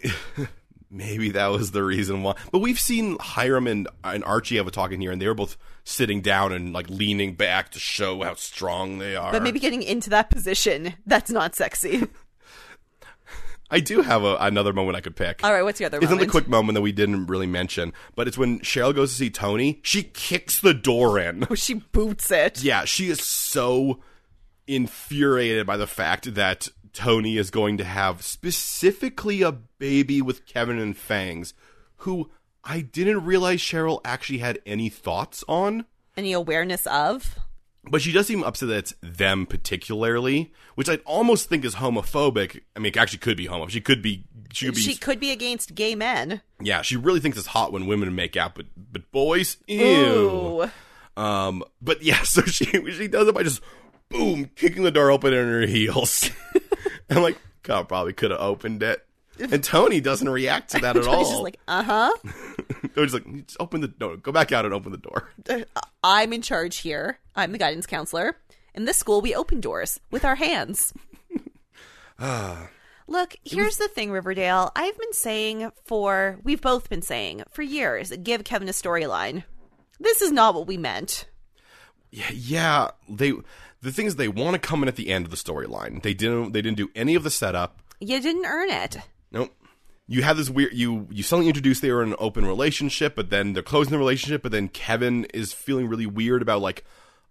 Speaker 1: maybe that was the reason why. But we've seen Hiram and, and Archie have a talk in here, and they were both sitting down and like leaning back to show how strong they are.
Speaker 2: But maybe getting into that position, that's not sexy.
Speaker 1: I do have a, another moment I could pick.
Speaker 2: All right, what's the other
Speaker 1: It's another
Speaker 2: moment?
Speaker 1: quick moment that we didn't really mention, but it's when Cheryl goes to see Tony. She kicks the door in.
Speaker 2: Oh, she boots it.
Speaker 1: Yeah, she is so infuriated by the fact that Tony is going to have specifically a baby with Kevin and Fangs, who I didn't realize Cheryl actually had any thoughts on.
Speaker 2: Any awareness of?
Speaker 1: But she does seem upset that it's them particularly, which I almost think is homophobic. I mean, it actually could be homophobic. She could be. She could be.
Speaker 2: She could be against gay men.
Speaker 1: yeah, she really thinks it's hot when women make out, but but boys, ew.
Speaker 2: Ooh.
Speaker 1: Um, but yeah, so she she does it by just boom kicking the door open in her heels. I'm like, God, probably could have opened it. And Tony doesn't react to that at all.
Speaker 2: She's just like, uh huh.
Speaker 1: Tony's like, just open the no, go back out and open the door.
Speaker 2: uh, I'm in charge here. I'm the guidance counselor. In this school, we open doors with our hands.
Speaker 1: Ah.
Speaker 2: Look, here's the thing, Riverdale. I've been saying for, we've both been saying for years, give Kevin a storyline. This is not what we meant.
Speaker 1: Yeah, yeah, they the thing is they want to come in at the end of the storyline. They didn't they didn't do any of the setup.
Speaker 2: You didn't earn it.
Speaker 1: Nope. You have this weird you you suddenly introduce they were in an open relationship, but then they're closing the relationship, but then Kevin is feeling really weird about like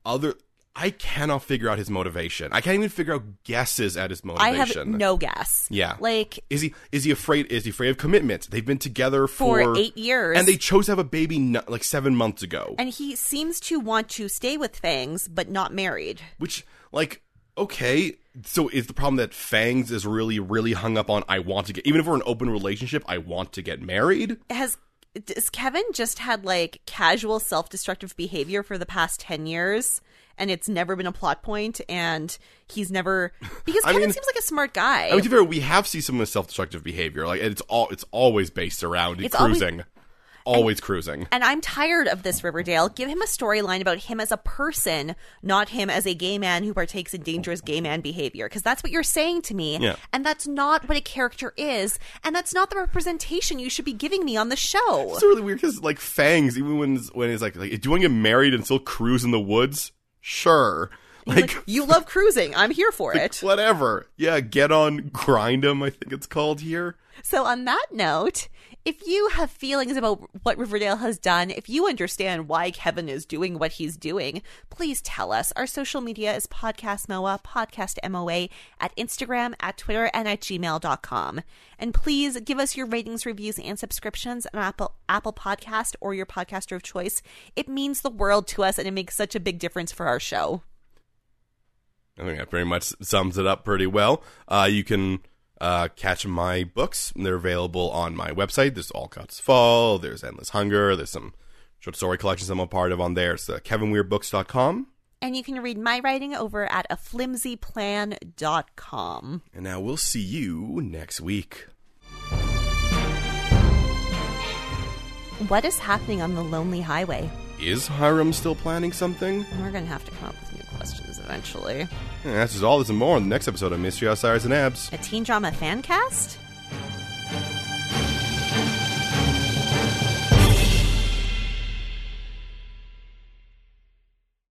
Speaker 1: other I cannot figure out his motivation. I can't even figure out guesses at his
Speaker 2: I
Speaker 1: motivation.
Speaker 2: have no gas.
Speaker 1: Yeah.
Speaker 2: Like,
Speaker 1: is he is he afraid is he afraid of commitment? They've been together for,
Speaker 2: For eight years.
Speaker 1: And they chose to have a baby no, like 7 months ago.
Speaker 2: and he seems to want to stay with Fangs, but not married.
Speaker 1: which like okay so is the problem that fangs is really really hung up on i want to get even if we're in an open relationship i want to get married
Speaker 2: has has Kevin just had like casual self-destructive behavior for the past 10 years and it's never been a plot point and he's never because
Speaker 1: I
Speaker 2: Kevin
Speaker 1: mean-
Speaker 2: seems like a smart guy.
Speaker 1: I mean, to be fair, we have seen some of the self-destructive behavior. Like it's all it's always based around
Speaker 2: It's always-
Speaker 1: cruising, always, cruising.
Speaker 2: and I'm tired of this Riverdale. Give him a storyline about him as a person, not him as a gay man who partakes in dangerous gay man behavior because that's what you're saying to me
Speaker 1: Yeah.
Speaker 2: and that's not what a character is and that's not the representation you should be giving me on the show.
Speaker 1: It's really weird because like Fangs, even when when he's like, like, do you want to get married and still cruise in the woods? Sure, like,
Speaker 2: Like, you love cruising. I'm here for it.
Speaker 1: whatever. Yeah, get on grind 'em, I think it's called here.
Speaker 2: So, on that note, if you have feelings about what Riverdale has done, if you understand why Kevin is doing what he's doing, please tell us. Our social media is Podcast MOA, Podcast MOA, at Instagram, at Twitter, and at gmail.com. And please give us your ratings, reviews, and subscriptions on Apple, Apple Podcast or your podcaster of choice. It means the world to us, and it makes such a big difference for our show.
Speaker 1: I think that pretty much sums it up pretty well. Uh, you can uh, catch my books. They're available on my website. There's All Cuts Fall. There's Endless Hunger. There's some short story collections I'm a part of on there. It's uh, kevinweirdbooks.com.
Speaker 2: And you can read my writing over at aflimsyplan.com.
Speaker 1: And now we'll see you next week.
Speaker 2: What is happening on the lonely highway?
Speaker 1: Is Hiram still planning something? Eh,
Speaker 2: We're going to have to come up with new questions eventually.
Speaker 1: And that's just all this and more on the next episode of Mystery Outsiders and Abs.
Speaker 2: A teen drama fan cast?